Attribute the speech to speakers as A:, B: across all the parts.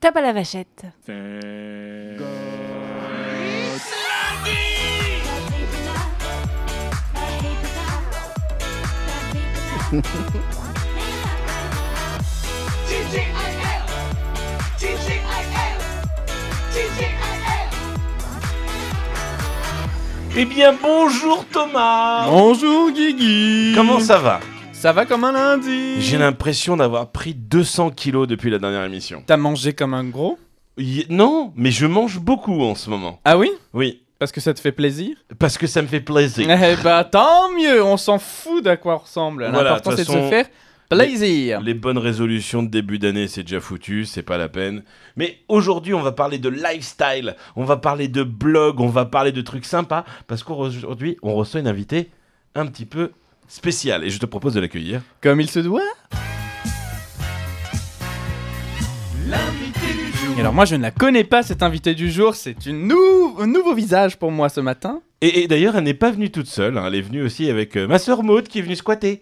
A: Tape à la vachette.
B: Eh bien, bonjour Thomas
C: Bonjour Guigui
B: Comment ça va
C: Ça va comme un lundi
B: J'ai l'impression d'avoir pris 200 kilos depuis la dernière émission.
C: T'as mangé comme un gros
B: Y- Non, mais je mange beaucoup en ce moment.
C: Ah oui
B: Oui,
C: Parce que ça te fait plaisir
B: parce que ça me fait plaisir.
C: Eh bah tant mieux On s'en fout d'à quoi on ressemble
B: Voilà,
C: L'important
B: de toute
C: c'est de
B: façon,
C: se faire plaisir
B: Les bonnes résolutions de début d'année, c'est déjà foutu, c'est pas la peine. Mais aujourd'hui, on va parler de lifestyle, on va parler de blog, on va parler de trucs sympas, parce qu'aujourd'hui, on reçoit une invitée un petit peu spéciale, et je te propose de l'accueillir.
C: Comme il se doit Et alors moi je ne la connais pas cette invitée du jour, c'est une nou- un nouveau visage pour moi ce matin.
B: Et, et d'ailleurs, elle n'est pas venue toute seule, hein, elle est venue aussi avec euh, ma sœur Maud qui est venue squatter.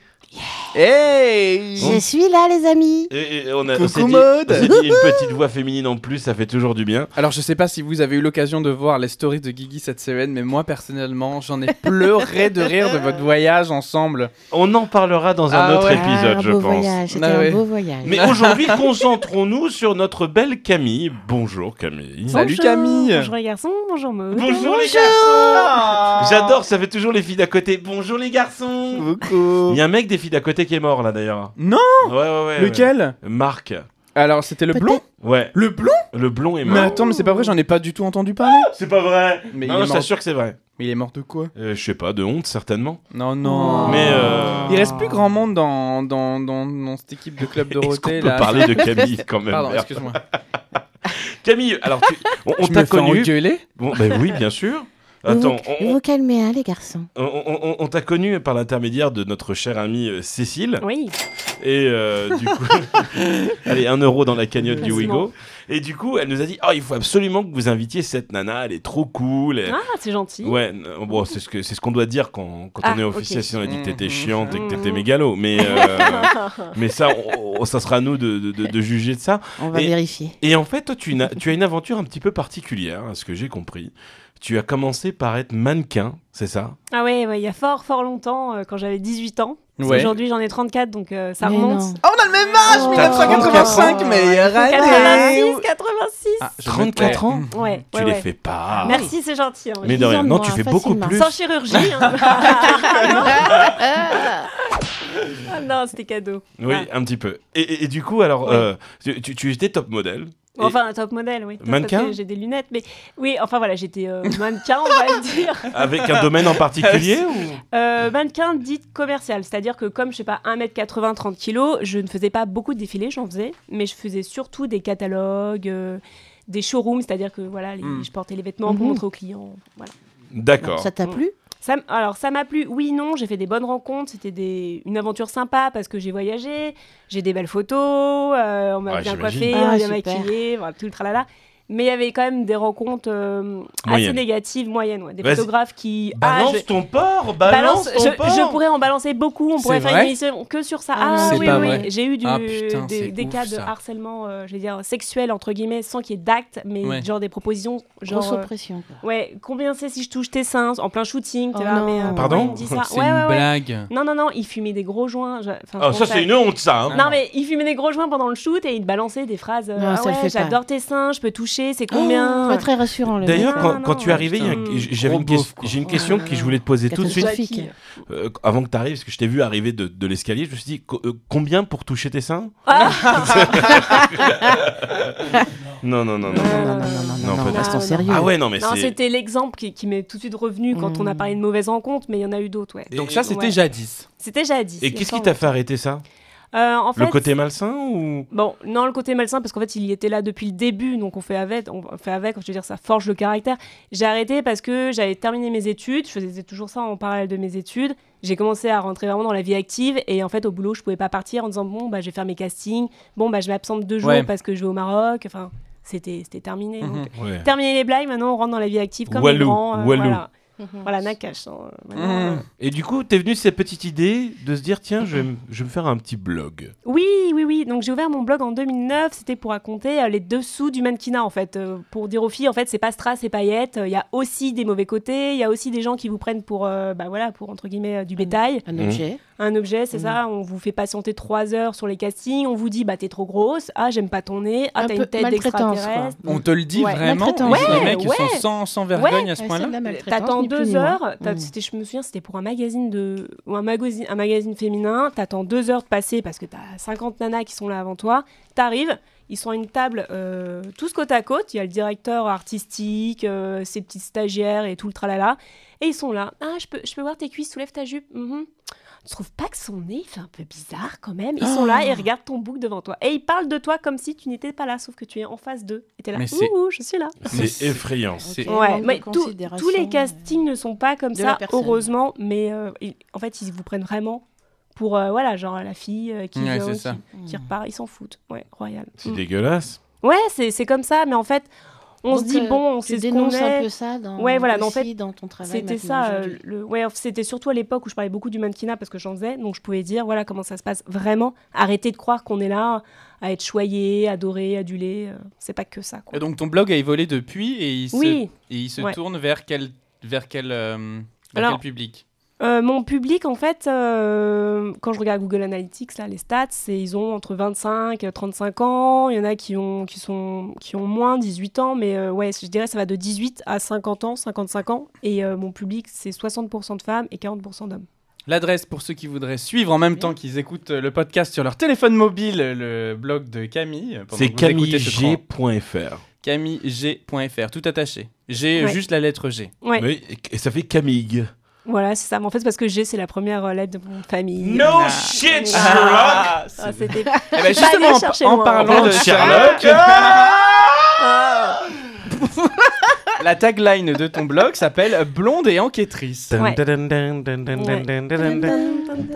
C: Hey
B: Bon.
D: Je suis là, les amis.
B: Et, et on a
C: Coucou
B: on s'est dit,
C: Maud.
B: on s'est dit une petite voix féminine en plus, ça fait toujours du bien.
C: Alors je sais pas si vous avez eu l'occasion de voir les stories de Guigui cette semaine, mais moi personnellement j'en ai pleuré de rire de votre voyage ensemble.
B: On en parlera dans un
C: Ah
B: autre
C: ouais.
B: épisode,
D: un
B: je
D: beau
B: pense.
D: voyage, c'était
C: Ah
D: un
C: ouais.
D: beau voyage.
B: Mais aujourd'hui, concentrons-nous sur notre belle Camille. Bonjour Camille.
C: Salut
A: Bonjour.
C: Camille.
A: Bonjour les garçons, bonjour Maud.
B: les garçons J'adore, ça fait toujours les filles d'à côté. Bonjour les garçons Il
C: Coucou
B: y a un mec des filles d'à côté qui est mort là d'ailleurs.
C: Non
B: Ouais, ouais, ouais. ouais.
C: Lequel
B: Marc.
C: Alors c'était le
D: Peut-être-
C: blond
B: Ouais,
C: Le blond
B: le blond est
C: Mais
B: mort.
C: attends, mais c'est pas vrai, j'en ai pas du tout entendu parler.
B: C'est pas vrai
C: Mais il
B: Non,
C: est
B: je
C: mort.
B: t'assure que c'est vrai.
C: Mais il est mort de quoi
B: Euh, je sais pas, de honte certainement.
C: Non,
D: Oh.
C: non.
B: Mais, euh,
C: Il reste plus grand monde dans, dans, dans, dans cette équipe de club
B: Est-ce qu'on
C: Dorothée
B: peut
C: là.
B: parler de Camille quand même
C: Pardon,
B: merde.
C: excuse-moi.
B: Camille, alors tu- on, on
C: Je
B: t'a
C: me fais
B: connu.
C: engueuler
B: Bon, bah oui, bien sûr. Attends,
D: Vous
B: on,
D: vous calmez, hein, les garçons.
B: on- on- on- on t'a connu par l'intermédiaire de notre chère amie euh, Cécile.
A: Oui,
B: Et euh, du coup, allez, un euro dans la cagnotte du
A: Placement.
B: Wigo. Et du coup, elle nous a dit Oh, il faut absolument que vous invitiez cette nana, elle est trop cool. Elle-
A: ah, c'est gentil.
B: Ouais, n- euh, bon, c'est ce que c'est ce qu'on doit dire quand, quand
A: Ah,
B: on est officier,
A: ok.
B: sinon on a dit que t'étais
C: Mhm.
B: chiante et que t'étais
A: Mhm.
B: mégalo. Mais, euh, mais ça, on- on- ça sera à nous de- de- de- de juger de ça.
D: On va
B: Et-
D: vérifier.
B: Et en fait, toi, tu, n'as- tu as une aventure un petit peu particulière, à ce que j'ai compris. Tu as commencé par être mannequin, c'est ça
A: Ah ouais, ouais, il y a fort fort longtemps, euh, quand j'avais 18 ans. Parce
C: Ouais.
A: Aujourd'hui j'en ai 34, donc euh, ça
D: Mais
A: remonte.
D: non.
C: Oh, on a le même âge
D: Oh.
C: 1985, mais arrêtez
A: 86, 86
C: Ah, je me
B: 34
C: tais.
B: ans
A: Ouais, ouais,
B: Tu les
A: ouais.
B: fais pas
A: Merci, c'est gentil. hein.
B: Mais de rien, non, tu
D: Dix ans
B: fais
D: de moins,
B: beaucoup
D: facilement.
B: plus.
A: Sans chirurgie. hein.
D: Ah,
A: Ah non, c'était cadeau.
B: Oui,
A: Ah.
B: un petit peu. Et, et- et du coup, alors,
A: Ouais.
B: euh, tu, tu- tu étais top modèle. Et-
A: Enfin, un top modèle, oui. Top,
B: Mannequin
A: parce que J'ai des lunettes, mais oui, enfin voilà, j'étais euh, mannequin, on va le dire.
B: Avec un domaine en particulier ou...
A: Euh, mannequin dit commercial, c'est-à-dire que comme je sais pas 1m80, 30 kg, je ne faisais pas beaucoup de défilés, j'en faisais, mais je faisais surtout des catalogues, euh, des showrooms, c'est-à-dire que voilà, les-
B: Hmm.
C: Mm.
A: je portais les vêtements pour
D: Mhm.
A: montrer aux clients. Voilà.
B: D'accord.
D: Ça t'a plu
A: Ça m- alors ça m'a plu, oui, non, j'ai fait des bonnes rencontres, c'était des- une aventure sympa parce que j'ai voyagé, j'ai des belles photos, euh, on m'a
B: Ouais,
A: bien
B: j'imagine.
A: coiffée,
D: Ah,
A: on m'a bien
D: super.
A: maquillée, voilà, tout le tralala. Mais il y avait quand même des rencontres euh, assez
B: Moyennes.
A: négatives, moyennes, ouais. des
B: Vas-y.
A: photographes qui... Ah,
B: Balance
A: je-
B: ton porc
A: Balance,
B: Balance,
A: je,
B: ton porc
A: je pourrais en balancer beaucoup, on
C: C'est
A: pourrait faire
C: vrai
A: une émission que sur ça.
D: Ah,
A: Ah,
D: c'est
A: oui,
D: pas
A: oui,
C: vrai.
A: j'ai eu du-
C: Ah, putain,
A: des,
C: c'est
A: des
C: ouf,
A: cas de
C: ça.
A: harcèlement, euh, je vais dire, sexuel, entre guillemets, sans qu'il y ait d'actes, mais
C: Ouais.
A: genre des propositions,
D: Grosse
A: genre... euh,
D: oppression. quoi.
A: ouais, combien c'est si je touche tes seins en plein shooting, t'es
D: Oh
A: là,
D: non.
A: mais, euh,
B: Pardon
A: pourquoi il me dit ça
C: C'est
A: Ouais,
C: une
A: ouais, ouais.
C: blague.
A: Non, non, non, il fumait des gros joints. je- enfin, je
B: Ah, ça,
A: pense à-
B: c'est une honte, ça. hein.
A: Non, mais il fumait des gros joints pendant le shoot et il te balançait des phrases. euh,
D: Non,
A: ah
D: ça le
A: ouais,
D: fait pas. Oh,
A: j'adore tes seins, je peux toucher, c'est
D: Pas
A: combien
D: très rassurant, le hein.
B: D'ailleurs,
A: Non,
B: quand,
A: non,
B: quand tu es arrivé, il y a-
A: putain.
B: j'avais une,
C: Gros beauf,
B: ques-
C: quoi.
B: j'ai une question
D: Ouais,
B: que je
D: ouais.
B: voulais te poser tout de suite.
D: Catastrophique.
A: Jackie.
B: Euh, avant que tu arrives, parce que je t'ai vu arriver de, de l'escalier, je me suis dit co- euh, combien pour toucher tes seins
A: Ah.
B: Non, non, non, non. non.
D: mec. Non, non, non, non,
B: Non,
D: non, non,
B: peut-être.
A: Non,
D: restons
A: non,
D: Euh, sérieux.
B: Ah ouais, non, mais
A: Non,
B: c'est.
A: c'était l'exemple qui, qui m'est tout de suite revenu quand on a
D: Mm.
A: parlé de mauvaises rencontres, mais il y en a eu d'autres, ouais.
C: Donc ça c'était
A: Ouais.
C: jadis.
A: C'était jadis.
B: Et
A: il
B: qu'est-ce
A: me
B: qui t'a
A: semble.
B: fait arrêter ça
A: Euh, en fait,
B: Le côté malsain ou.
A: Bon, non, le côté malsain, parce qu'en fait, il y était là depuis le début, donc on fait avec, on fait avec, je veux dire, ça forge le caractère. J'ai arrêté parce que j'avais terminé mes études, je faisais toujours ça en parallèle de mes études. J'ai commencé à rentrer vraiment dans la vie active, et en fait, au boulot, je pouvais pas partir en disant, bon, bah, je vais faire mes castings, bon, bah, je m'absente deux jours
C: Ouais.
A: parce que je vais au Maroc, enfin, c'était c'était terminé. donc.
C: Mhm.
B: Ouais.
A: Terminé les blagues, maintenant on rentre dans la vie active comme les
B: Walou,
A: grands, euh,
B: Walou.
A: voilà. Voilà, Nakash. hein, maintenant,
C: Mmh.
A: euh.
B: Et du coup, t'es venu cette petite idée de se dire tiens, je vais, me- je vais me faire un petit blog.
A: Oui, oui, oui. Donc j'ai ouvert mon blog en 2009. C'était pour raconter euh, les dessous du mannequinat, en fait. Euh, pour dire aux filles, en fait, c'est pas strass et paillettes. Il y a aussi des mauvais côtés. Il y a aussi des gens qui vous prennent pour, euh, bah voilà, pour entre guillemets,
D: Mm.
A: euh, du bétail.
B: Mhm.
D: Un objet.
A: Un objet, c'est
D: Mhm.
A: ça. On vous fait patienter trois heures sur les castings. On vous dit, bah t'es trop grosse. Ah, j'aime pas ton nez. Ah,
D: un
A: t'as une
D: peu
A: tête
D: maltraitance. quoi.
A: d'extraterrestre.
C: On te le dit
D: Ouais,
C: vraiment
D: maltraitant.
C: et Les
A: Ouais,
C: mecs, ils sont
A: ouais. euh,
C: sans, sans vergogne à ce
D: Ouais,
C: point-là.
D: c'est de la maltraitance,
A: T'attends
D: ni plus
A: deux
D: ni moins.
A: heures. t'as-
D: Mm.
A: c'était- Je me souviens, c'était pour un magazine de, ou un magazine, un magazine féminin. T'attends deux heures de passer parce que t'as 50 nanas qui sont là avant toi. T'arrives, ils sont à une table euh, tous côte à côte. Il y a le directeur artistique, euh, ses petites stagiaires et tout le tralala. Et ils sont là. Ah, je peux, je peux voir tes cuisses. Soulève ta jupe. Mhm. Tu trouves pas que son nez il fait un peu bizarre quand même Ils sont
C: Oh.
A: là et regardent ton bouc devant toi. Et ils parlent de toi comme si tu n'étais pas là, sauf que tu es en face d'eux. Et t'es là.
C: Mais c'est-
A: Ouh, je suis là.
C: Mais
B: C'est
C: c'est-
B: effrayant.
C: C'est-
D: Et
A: Ouais,
D: manque de
A: mais tout-
D: considération,
A: tous
D: euh,
A: les castings ne sont pas comme
D: de la
A: ça,
D: personne.
A: heureusement, mais euh, ils- en fait, ils vous prennent vraiment pour, euh, voilà, genre la fille euh, qui
C: Ouais,
A: vient,
C: c'est
A: qui-
C: ça.
D: Mm.
A: qui,
D: Hmm.
A: repart, ils s'en foutent. Ouais, royal.
B: C'est
A: Mm.
B: dégueulasse.
A: Ouais, c'est c'est comme ça, mais en fait, on
D: Donc,
A: se dit,
D: euh,
A: bon, on
D: Tu
A: sait ce qu'on
D: dénonces un
A: est.
D: peu ça dans,
A: Ouais, voilà, mais en
D: aussi
A: fait,
D: dans ton travail.
A: C'était
D: maintenant,
A: ça, euh,
D: aujourd'hui.
A: le, ouais, c'était surtout à l'époque où je parlais beaucoup du mannequinat parce que j'en faisais, donc je pouvais dire, voilà, comment ça se passe vraiment. Arrêtez de croire qu'on est là à être choyé, adoré, adulé, euh, c'est pas que ça, quoi.
C: Et donc ton blog a évolué depuis et il se,
A: Oui.
C: et il se
A: Ouais.
C: tourne vers quel, vers quel, euh, vers
A: Alors-
C: quel public
A: Euh, mon public, en fait, euh, quand je regarde Google Analytics, là, les stats, c'est ils ont entre 25 et 35 ans. Il y en a qui ont, qui sont, qui ont moins, 18 ans. Mais euh, ouais, je dirais ça va de 18 à 50 ans, 55 ans. Et euh, mon public, c'est 60% de femmes et 40% d'hommes.
C: L'adresse pour ceux qui voudraient suivre en même temps qu'ils écoutent euh, le podcast sur leur téléphone mobile, euh, le blog de Camille. euh, pendant
B: C'est
C: que vous écoutez ce tran-
B: camilleg.fr.
C: CamilleG.fr, tout attaché. G, euh,
A: Ouais.
C: juste la lettre G.
A: Ouais.
B: Oui, et- et ça fait Camille.
A: Voilà, c'est ça. Mais en fait, c'est parce que j'ai, c'est la première euh, lettre de mon famille.
B: No
C: Ah.
B: shit, Sherlock!
C: Ah, c'est-
A: Ah, c'était-
C: Eh ben,
A: Je suis pas
C: justement,
A: allée
C: en-
A: chercher
C: en,
A: loin.
C: parlant de Sherlock, la tagline de ton blog s'appelle Blonde et enquêtrice.
A: Ouais.
B: Dun, dun, dun, dun, dun, dun, dun,
A: euh,
B: dun.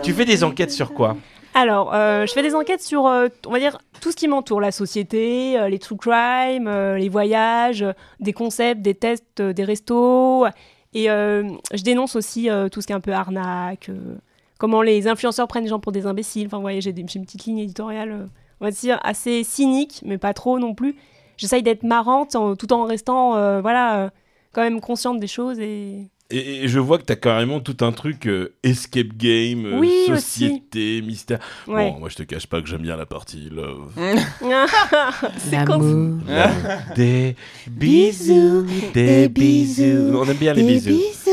B: Tu fais des enquêtes sur quoi
A: Alors, euh, je fais des enquêtes sur, euh, on va dire, tout ce qui m'entoure, la société, euh, les true crime, euh, les voyages, euh, des concepts, des tests, euh, des restos. Et euh, je dénonce aussi euh, tout ce qui est un peu arnaque, euh, comment les influenceurs prennent les gens pour des imbéciles. Enfin, vous voyez, j'ai des- j'ai une petite ligne éditoriale, euh, on va dire, assez cynique, mais pas trop non plus. J'essaye d'être marrante en- tout en restant, euh, voilà, euh, quand même consciente des choses et...
B: et, et je vois que t'as carrément tout un truc euh, escape game, euh,
A: Oui,
B: société, mystère.
A: Ouais.
B: Bon, moi je te cache pas que j'aime bien la partie love.
A: C'est con-
D: L'amour.
B: Des
D: bisous, des bisous,
B: On aime bien les
D: Des
B: bisous.
D: bisous.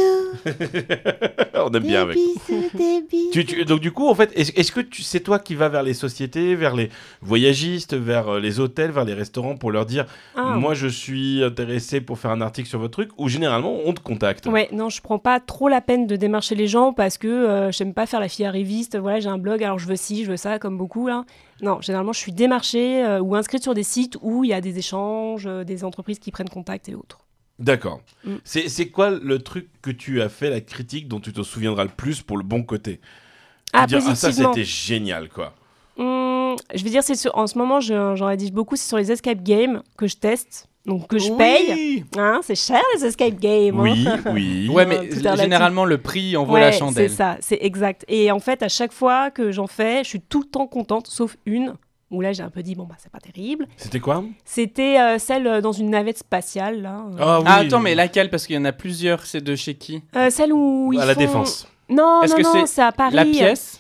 B: On aime
D: Des
B: bien avec.
D: bisous, des bisous.
B: Tu- tu- donc du coup, en fait, est-ce est-ce que tu- c'est toi qui vas vers les sociétés, vers les voyagistes, vers euh, les hôtels, vers les restaurants pour leur dire,
A: Ah,
B: moi je suis intéressé pour faire un article sur votre truc, ou généralement on te contacte.
A: Ouais, non, je prends pas trop la peine de démarcher les gens parce que euh, j'aime pas faire la fille arriviste. Voilà, j'ai un blog, alors je veux ci, je veux ça, comme beaucoup là. Non, généralement, je suis démarchée euh, ou inscrite sur des sites où il y a des échanges, euh, des entreprises qui prennent contact et autres.
B: D'accord.
A: Mm.
B: C'est c'est quoi le truc que tu as fait, la critique dont tu te souviendras le plus pour le bon côté
A: Ah,
B: Dire, ah ça
A: positivement.
B: c'était génial quoi.
A: Hum, je vais dire, c'est sur- en ce moment, je- j'en rédige beaucoup, c'est sur les escape games que je teste, donc que je
C: Oui.
A: paye. Hein, c'est cher les escape games. hein.
B: Oui, oui.
C: Ouais,
A: Non,
C: mais
A: tout est relatif.
C: généralement, le prix envoie
A: Ouais,
C: la chandelle.
A: C'est ça, c'est exact. Et en fait, à chaque fois que j'en fais, je suis tout le temps contente, sauf une, où là j'ai un peu dit, bon, bah c'est pas terrible.
B: C'était quoi
A: C'était euh, celle euh, dans une navette spatiale, là. Euh,
B: Ah oui.
C: Ah, attends, mais laquelle Parce qu'il y en a plusieurs, c'est de chez qui
A: euh, celle où ils
B: à la
A: font-
B: défense.
A: Non,
C: Est-ce
A: non,
C: que
A: non,
C: c'est
A: c'est à Paris.
C: La pièce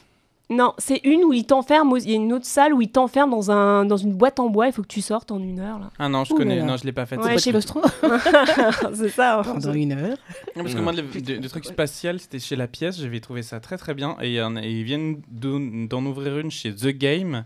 A: Non, c'est une où ils t'enferment. aux- Il y a une autre salle où ils t'enferment dans, un... dans une boîte en bois. Il faut que tu sortes en une heure, là.
C: Ah non, je
D: Ouh là
C: connais,
D: là.
C: non, je l'ai pas faite.
A: Ouais,
C: C'est pas-
A: chez-
D: claustro
A: c'est ça. hein.
D: pendant une heure.
C: Non, Parce que
B: Ouais.
C: moi, le, de- le truc spatial, c'était chez La Pièce, j'avais trouvé ça très très bien. Et, il y en a- et ils viennent d'ou- d'en ouvrir une chez The Game,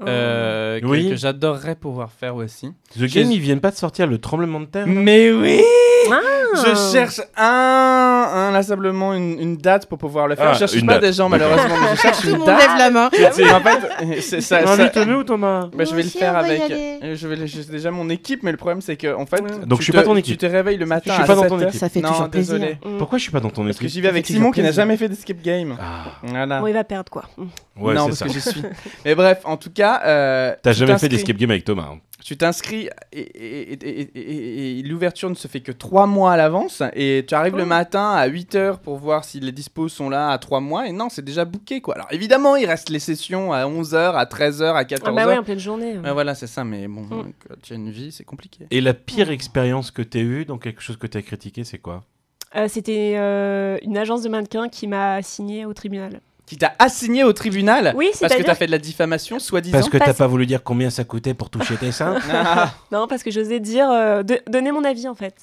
A: Oh.
C: euh, que,
B: Oui.
C: que j'adorerais pouvoir faire aussi.
B: The
C: Chez-
B: Game, ils viennent pas de sortir le tremblement de terre là
C: Mais oui
A: Ah.
C: Je cherche un, inlassablement une, une date pour pouvoir le faire.
B: Ah,
C: je cherche
B: une
C: pas
B: date.
C: des gens, malheureusement, mais je cherche
D: Tout le
C: une
D: monde
C: date.
D: lève la main.
C: Mais en fait, euh, c'est ça. Bah, ça-
B: Invite-nous Thomas.
C: bah, je
D: Nous
C: vais le
D: aussi,
C: faire
D: on va y
C: avec.
D: aller.
C: euh, Je vais, le- j'ai déjà mon équipe, mais le problème c'est que en fait,
B: Donc, je
C: tu
B: suis
C: te-
B: pas ton
C: Tu
B: équipe.
C: te réveilles le matin.
B: Je suis
C: à
B: pas dans
C: 7
B: ton
C: heures.
B: équipe.
D: Ça fait
C: non,
D: toujours plaisir.
C: désolé.
A: Mm.
B: Pourquoi je suis pas dans ton
C: Parce que
B: équipe
C: j'y vais avec
D: Ça fait toujours
C: Simon qui n'a
D: plaisir.
C: jamais fait d'escape game.
B: Ah,
C: Voilà.
A: Bon, il va perdre, quoi. Mm.
B: ouais,
C: non,
B: c'est
C: parce
B: ça.
C: que j'y suis. Mais bref, en tout cas. euh,
B: T'as
C: tu
B: jamais fait
C: t'inscris-
B: d'escape game avec Thomas. hein.
C: Tu t'inscris et, et- et- et- et- et l'ouverture ne se fait que trois mois à l'avance et tu arrives le
A: Oh.
C: matin à 8h pour voir si les dispos sont là à trois mois et non, c'est déjà booké quoi. Alors évidemment, il reste les sessions à 11h, à 13h, à 14h.
A: Ah bah ouais, en pleine journée.
C: Ouais, voilà, c'est ça, mais bon,
A: Mm.
C: quand tu as une vie, c'est compliqué.
B: Et la pire expérience que t'aies eue dans quelque chose que t'as critiqué, c'est quoi
A: Euh, C'était euh, une agence de mannequins qui m'a signé au tribunal.
C: Qui t'a assigné au tribunal
A: Oui,
C: Ah, parce que
A: c'est-à-dire
C: t'as fait de la diffamation, soi-disant.
B: Parce que
A: pas-
B: t'as pas voulu dire combien ça coûtait pour toucher tes seins
C: Ah,
A: Non, parce que j'osais dire, euh, de- donner mon avis en fait.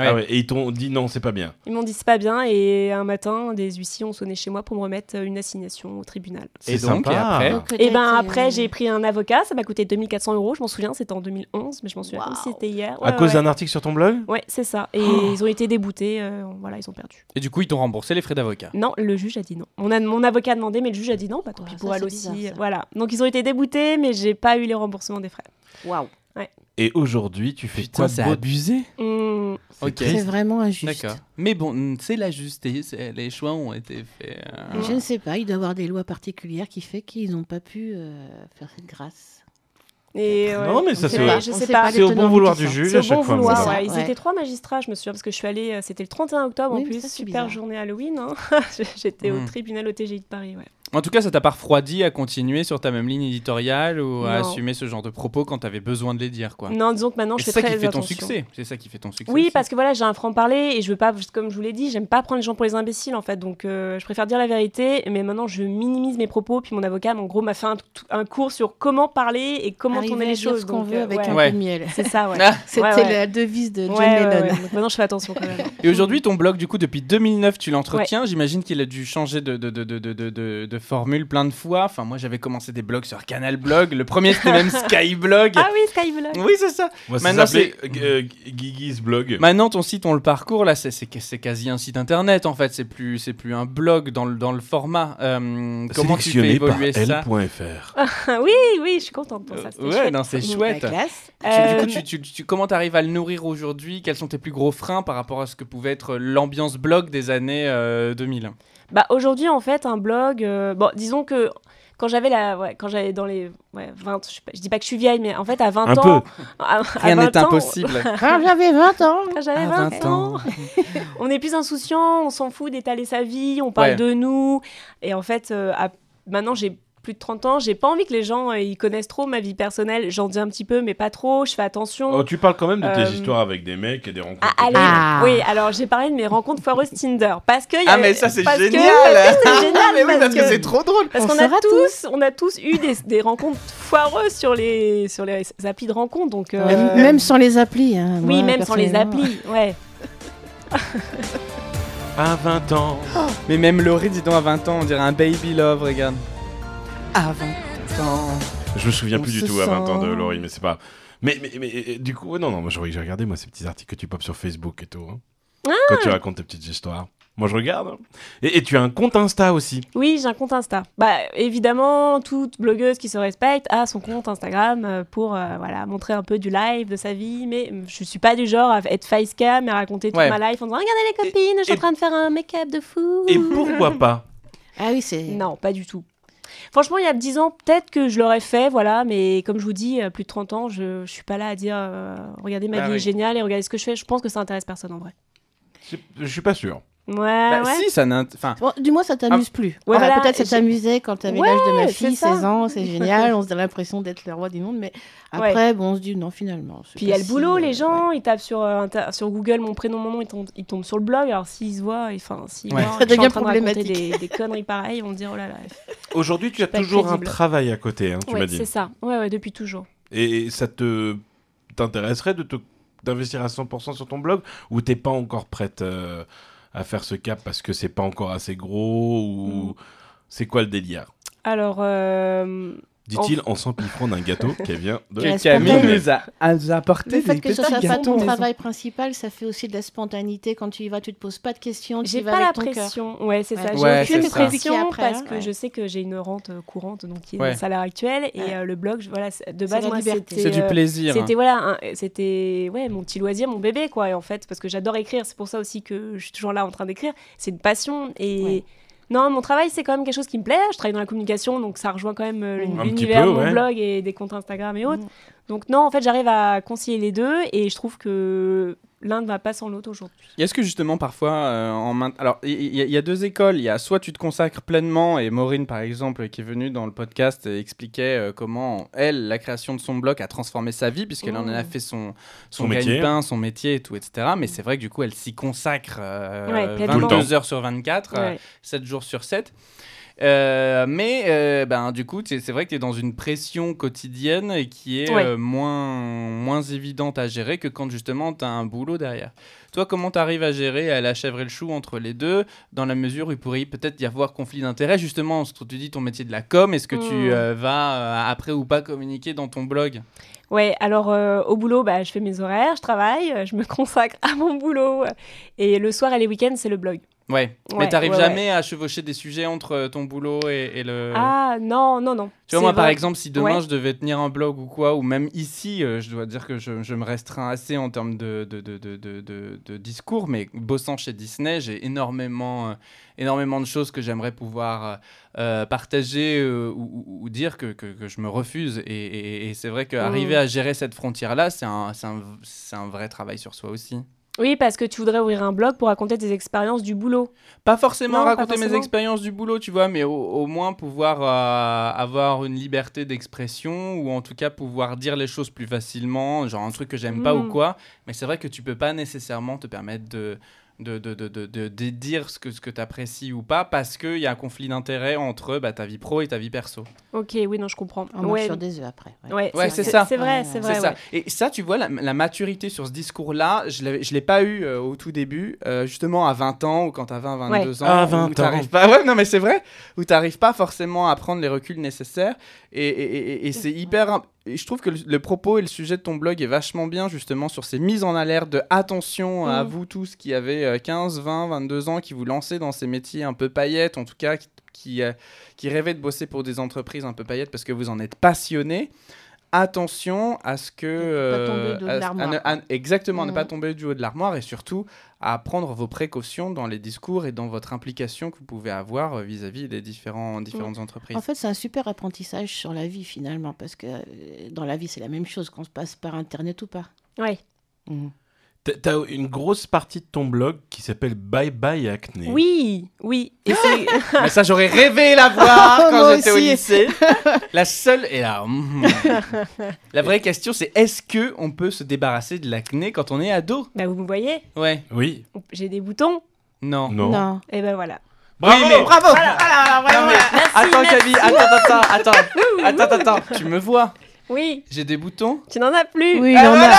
B: Ah ouais, Et ils t'ont dit non, c'est pas bien.
A: Ils m'ont dit c'est pas bien et un matin, des huissiers ont sonné chez moi pour me remettre euh, une assignation au tribunal.
B: C'est
C: Et donc,
B: sympa.
C: et après
D: Eh
A: Et ben
D: euh,
A: après, j'ai pris un avocat, ça m'a coûté 2400 euros, je m'en souviens, c'était en 2011, mais je m'en souviens comme
D: Waouh.
A: si c'était hier.
B: à
A: Ouais,
B: cause
A: ouais.
B: d'un Oh. article sur ton blog
A: Ouais, c'est ça. Et ils ont été déboutés, euh, voilà, ils ont perdu.
C: Et du coup, ils t'ont remboursé les frais d'avocat.
A: Non, le juge a dit non. Mon, a- mon avocat a demandé, mais le juge a dit non, bah tant
D: Ouais,
A: pis
D: Oh ça,
A: pour
D: c'est
A: elle aussi.
D: bizarre, ça.
A: Voilà. Donc ils ont été déboutés, mais j'ai pas eu les remboursements des frais.
D: Waouh.
B: Et aujourd'hui, tu fais quoi de beau
C: abusé.
A: Hum,
C: Ok.
D: C'est vraiment injuste.
C: D'accord. Mais bon, mm, c'est la justice. euh, Les choix ont été faits. euh,
B: Ah.
D: Je ne sais pas, il doit y avoir des lois particulières qui fait qu'ils n'ont pas pu euh, faire cette grâce.
A: Et, ouais,
B: Non, mais ça,
A: c'est-
B: c'est-
A: Je
D: On
A: sais
D: sait
C: Ah,
A: pas.
D: pas.
B: C'est au
D: Étonnant,
B: bon vouloir
D: tout
B: du
D: ça.
B: juge
A: C'est
B: à
A: au
B: chaque
A: bon
B: fois.
A: vouloir,
D: moi.
A: ouais. Ils
D: Ouais.
A: étaient trois magistrats, je me souviens, parce que je suis allée, euh, c'était le 31 octobre
D: Oui,
A: en
D: mais
A: plus,
D: ça, c'est
A: super
D: bizarre.
A: journée Halloween. hein. J'étais au
B: Mmh.
C: Mm.
A: tribunal au TGI de Paris, ouais.
C: En tout cas, ça t'a pas refroidi à continuer sur ta même ligne éditoriale ou
A: Non.
C: à assumer ce genre de propos quand t'avais besoin de les dire, quoi.
A: Non, disons que maintenant
C: Et
A: je fais
C: c'est ça
A: très
C: qui fait ton
A: attention.
C: succès. C'est ça qui fait ton succès.
A: Oui,
C: aussi.
A: parce que voilà, j'ai un franc-parler et je veux pas, comme je vous l'ai dit, j'aime pas prendre les gens pour les imbéciles en fait. Donc euh, je préfère dire la vérité, mais maintenant je minimise mes propos. Puis mon avocat, en gros, m'a fait un, tout- un cours sur comment parler et comment
D: Arriver
A: tourner
D: à
A: les
D: dire
A: choses.
D: ce qu'on
A: donc,
D: veut
A: euh,
D: avec
A: ouais.
D: un
C: Ouais.
D: peu de miel.
A: C'est ça, ouais.
C: Ah,
D: C'était
A: ouais, ouais.
D: la devise de John
A: Ouais, ouais,
D: Lennon.
A: ouais. Donc, maintenant je fais attention quand même.
C: Et aujourd'hui, ton blog, du coup, depuis 2009, tu l'entretiens. J'imagine qu'il a dû changer de, de, de, de, de, de- de- de formule plein de fois. Enfin, moi, j'avais commencé des blogs sur Canal Blog. Le premier, c'était même Skyblog.
A: ah oui, Skyblog.
C: oui, c'est ça.
B: Moi, ça
C: Maintenant,
B: s'appelait, euh, Gu- Guigui's blog.
C: Maintenant, ton site, on le parcourt, là, c'est- c'est c'est quasi un site internet, en fait. C'est plus, c'est plus un blog dans le, dans le format. Euh, comment tu fais
B: Sélectionné par
C: évoluer ça
B: L.fr.
A: oui, oui, je suis contente pour ça.
C: Euh,
A: c'était
C: Ouais,
A: chouette. Mm.
C: non, c'est
D: Mmh,
C: chouette.
D: La classe.
C: Tu- du
A: Euh,
C: coup, tu, tu, tu- comment t'arrives à le nourrir aujourd'hui Quels sont tes plus gros freins par rapport à ce que pouvait être l'ambiance blog des années euh, 2000
A: Bah aujourd'hui en fait un blog euh, bon disons que quand j'avais la ouais, quand j'avais dans les ouais, 20 je, sais pas- je dis pas que je suis vieille mais en fait à 20
B: Un
A: ans
B: peu.
A: à- à
C: Rien
A: 20
C: n'est
A: ans,
C: impossible.
D: Quand j'avais 20 ans.
A: quand j'avais
C: À
A: 20,
C: 20
A: ans,
C: ans.
A: on est plus insouciant, on s'en fout d'étaler sa vie, on parle
C: Ouais.
A: de nous et en fait euh, à- maintenant j'ai plus de 30 ans, j'ai pas envie que les gens euh, ils connaissent trop ma vie personnelle, j'en dis un petit peu mais pas trop, je fais attention.
B: Oh, tu parles quand même de tes
A: Euh,
B: histoires avec des mecs et des rencontres.
A: Ah, allez,
D: Ah.
A: oui, alors j'ai parlé de mes rencontres foireuses Tinder parce que il y
C: Ah,
A: avait-
C: mais ça, c'est
A: parce que-
C: génial Ah,
A: c'est génial
C: Mais oui,
A: parce
C: parce que
A: que-
C: c'est trop drôle
A: Parce
D: On
A: qu'on a
D: saura
A: tous, on a tous eu des, des rencontres foireuses sur les sur les applis de rencontres, donc euh,
D: Même- Même sans les applis. hein,
A: oui,
D: moi,
A: même sans les
D: personnellement.
A: applis, ouais.
B: À 20 ans.
C: Mais même Laurie, dis donc, à 20 ans, on dirait un baby love, regarde.
D: Ah,
C: À 20 ans.
B: Je me souviens
C: On
B: plus
C: se
B: du tout à 20 ans de
C: sent-
B: Laurie, mais c'est pas. Mais, mais, mais, euh, du coup, ouais, non, non, moi je- j'ai regardé moi ces petits articles que tu popes sur Facebook et tout. hein.
C: Ah.
B: Quand tu racontes tes petites histoires. Moi je regarde. hein. Et, et tu as un compte Insta aussi.
A: Oui, j'ai un compte Insta. Bah évidemment, toute blogueuse qui se respecte a son compte Instagram euh, pour euh, voilà montrer un peu du live de sa vie, mais euh, je suis pas du genre à être facecam et à raconter toute
C: Ouais.
A: ma life en disant regardez les copines, je suis
B: et-
A: en train de faire un make-up de fou.
B: Et pourquoi pas
D: Ah oui, c'est.
A: Non, pas du tout. Franchement, il y a 10 ans, peut-être que je l'aurais fait, voilà, mais comme je vous dis, euh, plus de 30 ans, je, je suis pas là à dire euh, regardez ma
C: Ah
A: vie
C: oui.
A: est géniale et regardez ce que je fais. Je pense que ça intéresse personne en vrai.
B: Je je suis pas sûr.
A: Ouais,
C: Bah,
A: Ah, ouais.
C: Si, ça n'a. Enfin,
D: Bon, du moins, ça t'amuse
A: Ah,
D: plus.
A: Ouais,
D: Voilà,
A: voilà,
D: Peut-être ça
A: j'ai-
D: t'amusait quand t'avais
A: Ouais,
D: l'âge de ma
A: c'est
D: fille,
A: ça.
D: 16 ans, c'est génial, on se donne l'impression d'être le roi du monde, mais après, bon, on se dit non, finalement. c'est
A: Puis il
D: pas
A: y a le
D: si,
A: boulot,
D: euh,
A: les gens,
D: ouais.
A: ils tapent sur, euh, inter- sur Google mon prénom, mon nom, ils tombent, ils tombent sur le blog. Alors s'ils se voient, et- enfin, s'ils
C: Ouais.
A: voient,
D: Ça
A: que je suis en
D: devient
A: train de raconter
D: problématique.
A: des, des conneries pareilles, ils vont se dire oh là là.
B: Aujourd'hui, tu as
A: pas
B: toujours
A: crédible.
B: un travail à côté, hein, tu
A: Ouais,
B: m'as dit.
A: c'est ça. Ouais, ouais, depuis toujours.
B: Et ça te t'intéresserait de te d'investir à 100% sur ton blog ou t'es pas encore prête euh, à faire ce cap parce que c'est pas encore assez gros ou c'est quoi le délire
A: Alors, euh,
B: Dit-il en s'empiffrant d'un gâteau qui vient de
D: Que
C: Camille
B: spontané.
C: nous a, a- nous a apporté
D: Le fait
C: des
D: que ce
C: petits
D: soit pas
C: gâteaux
D: ton
C: maison.
D: travail principal, ça fait aussi de la spontanéité. Quand tu y vas, tu te poses pas de questions, tu
A: j'ai
D: y vas
A: pas la
D: avec ton cœur.
A: pression. Ouais, c'est ça.
D: Ouais.
A: J'ai
C: Ouais,
A: aucune
C: c'est ça.
A: pression
D: Après,
A: parce que
D: ouais.
A: je sais que j'ai une rente euh, courante, donc qui est
C: Ouais.
A: mon salaire actuel. Et
D: Ouais.
A: euh, le blog, je- voilà, c'est- de
D: C'est
A: base,
D: la
A: moi,
D: liberté.
A: c'était,
C: C'est du
A: euh,
C: plaisir.
A: C'était voilà, un- c'était ouais mon petit loisir, mon bébé quoi. Et en fait, parce que j'adore écrire, c'est pour ça aussi que je suis toujours là en train d'écrire. C'est une passion et
D: Ouais.
A: Non, mon travail, c'est quand même quelque chose qui me plaît. Je travaille dans la communication, donc ça rejoint quand même euh,
B: Un petit
A: l'univers
B: peu,
A: de mon
B: ouais.
A: blog et des comptes Instagram et autres.
D: Mm.
A: Donc non, en fait, j'arrive à concilier les deux et je trouve que l'un ne va pas sans l'autre aujourd'hui.
C: Et Est-ce que justement parfois euh, en main... alors il y, il y a deux écoles, il y a soit tu te consacres pleinement et Maureen par exemple qui est venue dans le podcast euh, expliquait euh, comment elle la création de son blog a transformé sa vie puisqu'elle en a
A: Mmh.
C: fait son son,
B: Son métier.
C: gagne-pain, son métier et tout etc. Mais c'est vrai que du coup elle s'y consacre euh,
A: Ouais, pleinement. Tout le temps.
C: 22 heures sur 24, euh,
A: Ouais.
C: 7 jours sur 7. Euh, mais euh, ben, du coup, t'es- c'est vrai que tu es dans une pression quotidienne et qui est
A: Ouais.
C: euh, moins, moins évidente à gérer que quand justement tu as un boulot derrière. Toi, comment tu arrives à gérer à la chèvre et le chou entre les deux dans la mesure où il pourrait peut-être y avoir conflit d'intérêts justement ce que tu dis ton métier de la com, est-ce que tu
A: Mm.
C: euh, vas euh, après ou pas communiquer dans ton blog
A: Ouais, alors euh, au boulot, bah, je fais mes horaires, je travaille, euh, je me consacre à mon boulot. Et le soir et les week-ends, c'est le blog.
C: Ouais, mais
A: Ouais,
C: t'arrives
A: ouais,
C: jamais à chevaucher des sujets entre euh, ton boulot et, et le...
A: Ah non, non, non.
C: Tu vois, moi,
A: C'est
C: par
A: vrai.
C: exemple, si demain
A: Ouais.
C: je devais tenir un blog ou quoi, ou même ici, euh, je dois dire que je, je me restreins assez en termes de, de, de, de, de- de- de discours, mais bossant chez Disney, j'ai énormément, euh, énormément de choses que j'aimerais pouvoir euh, partager euh, ou, ou- ou dire que, que, que je me refuse. Et, et- et c'est vrai qu'arriver
A: Mmh.
C: à gérer cette frontière-là, c'est un, c'est un, c'est un vrai travail sur soi aussi.
A: Oui, parce que tu voudrais ouvrir un blog pour raconter tes expériences du boulot.
C: Pas forcément
A: Non, pas
C: raconter mes
A: forcément.
C: expériences du boulot, tu vois, mais au, au moins pouvoir euh, avoir une liberté d'expression ou en tout cas pouvoir dire les choses plus facilement, genre un truc que j'aime pas ou
A: Mm.
C: quoi. Mais c'est vrai que tu peux pas nécessairement te permettre de, de, de, de, de, de- de dire ce que, ce que tu apprécies ou pas parce qu'il y a un conflit d'intérêt entre bah, ta vie pro et ta vie perso.
A: Ok, oui, non, je comprends.
D: On marche
A: ouais,
D: sur des œufs après. ouais.
A: ouais,
C: Ouais, c'est
A: c'est
C: ça.
A: C'est vrai, c'est
D: C'est
A: vrai.
C: c'est ça.
A: ouais.
C: Et ça, tu vois, la, la maturité sur ce discours-là, je l'avais- je l'ai pas eu euh, au tout début, euh, justement à 20 ans ou quand t'as 20, 22 ans.
B: Ah,
C: où
B: 20
C: t'arrives Pas... Ouais, non, mais c'est vrai, où t'arrives pas forcément à prendre les reculs nécessaires. Et, et- et- et- et c'est hyper. imp- et je trouve que le, le propos et le sujet de ton blog est vachement bien, justement, sur ces mises en alerte de attention à
A: Mm.
C: vous tous qui avez euh, 15, 20, 22 ans, qui vous lancez dans ces métiers un peu paillettes, en tout cas, qui. qui, euh, qui rêvaient de bosser pour des entreprises un peu paillettes parce que vous en êtes passionné. Attention à ce que. euh,
D: Ne pas tomber du haut de
C: à- à
D: l'armoire.
C: ne- à- exactement, à ne
D: Mm.
C: pas tomber du haut de l'armoire et surtout à prendre vos précautions dans les discours et dans votre implication que vous pouvez avoir euh, vis-à-vis des
D: Mm.
C: différents, différentes entreprises.
D: En fait, c'est un super apprentissage sur la vie finalement, parce que euh, dans la vie, c'est la même chose qu'on se passe par Internet ou pas.
A: Ouais.
B: T'as- T'as une grosse partie de ton blog qui s'appelle Bye Bye Acné.
A: Oui, oui. Et c'est-
C: Mais ça, j'aurais rêvé la voir
D: Oh,
C: quand
D: moi
C: j'étais au
D: aussi.
C: lycée. La seule. Et là. mm. la vraie question, c'est est-ce que on peut se débarrasser de l'acné quand on est ado
A: bah, vous me voyez,
C: Ouais.
B: Oui.
A: j'ai des boutons.
C: Oh, Non.
B: Non.
D: Non.
A: Et ben voilà.
B: Bravo
C: Oui, mais bravo
D: Ah
C: Non, mais-
A: Merci,
C: Attends,
A: merci.
C: Camille, attends, attends, attends. Attends, attends. Tu me vois
A: Oui,
C: J'ai des boutons
A: tu n'en as plus.
D: Oui, il en a.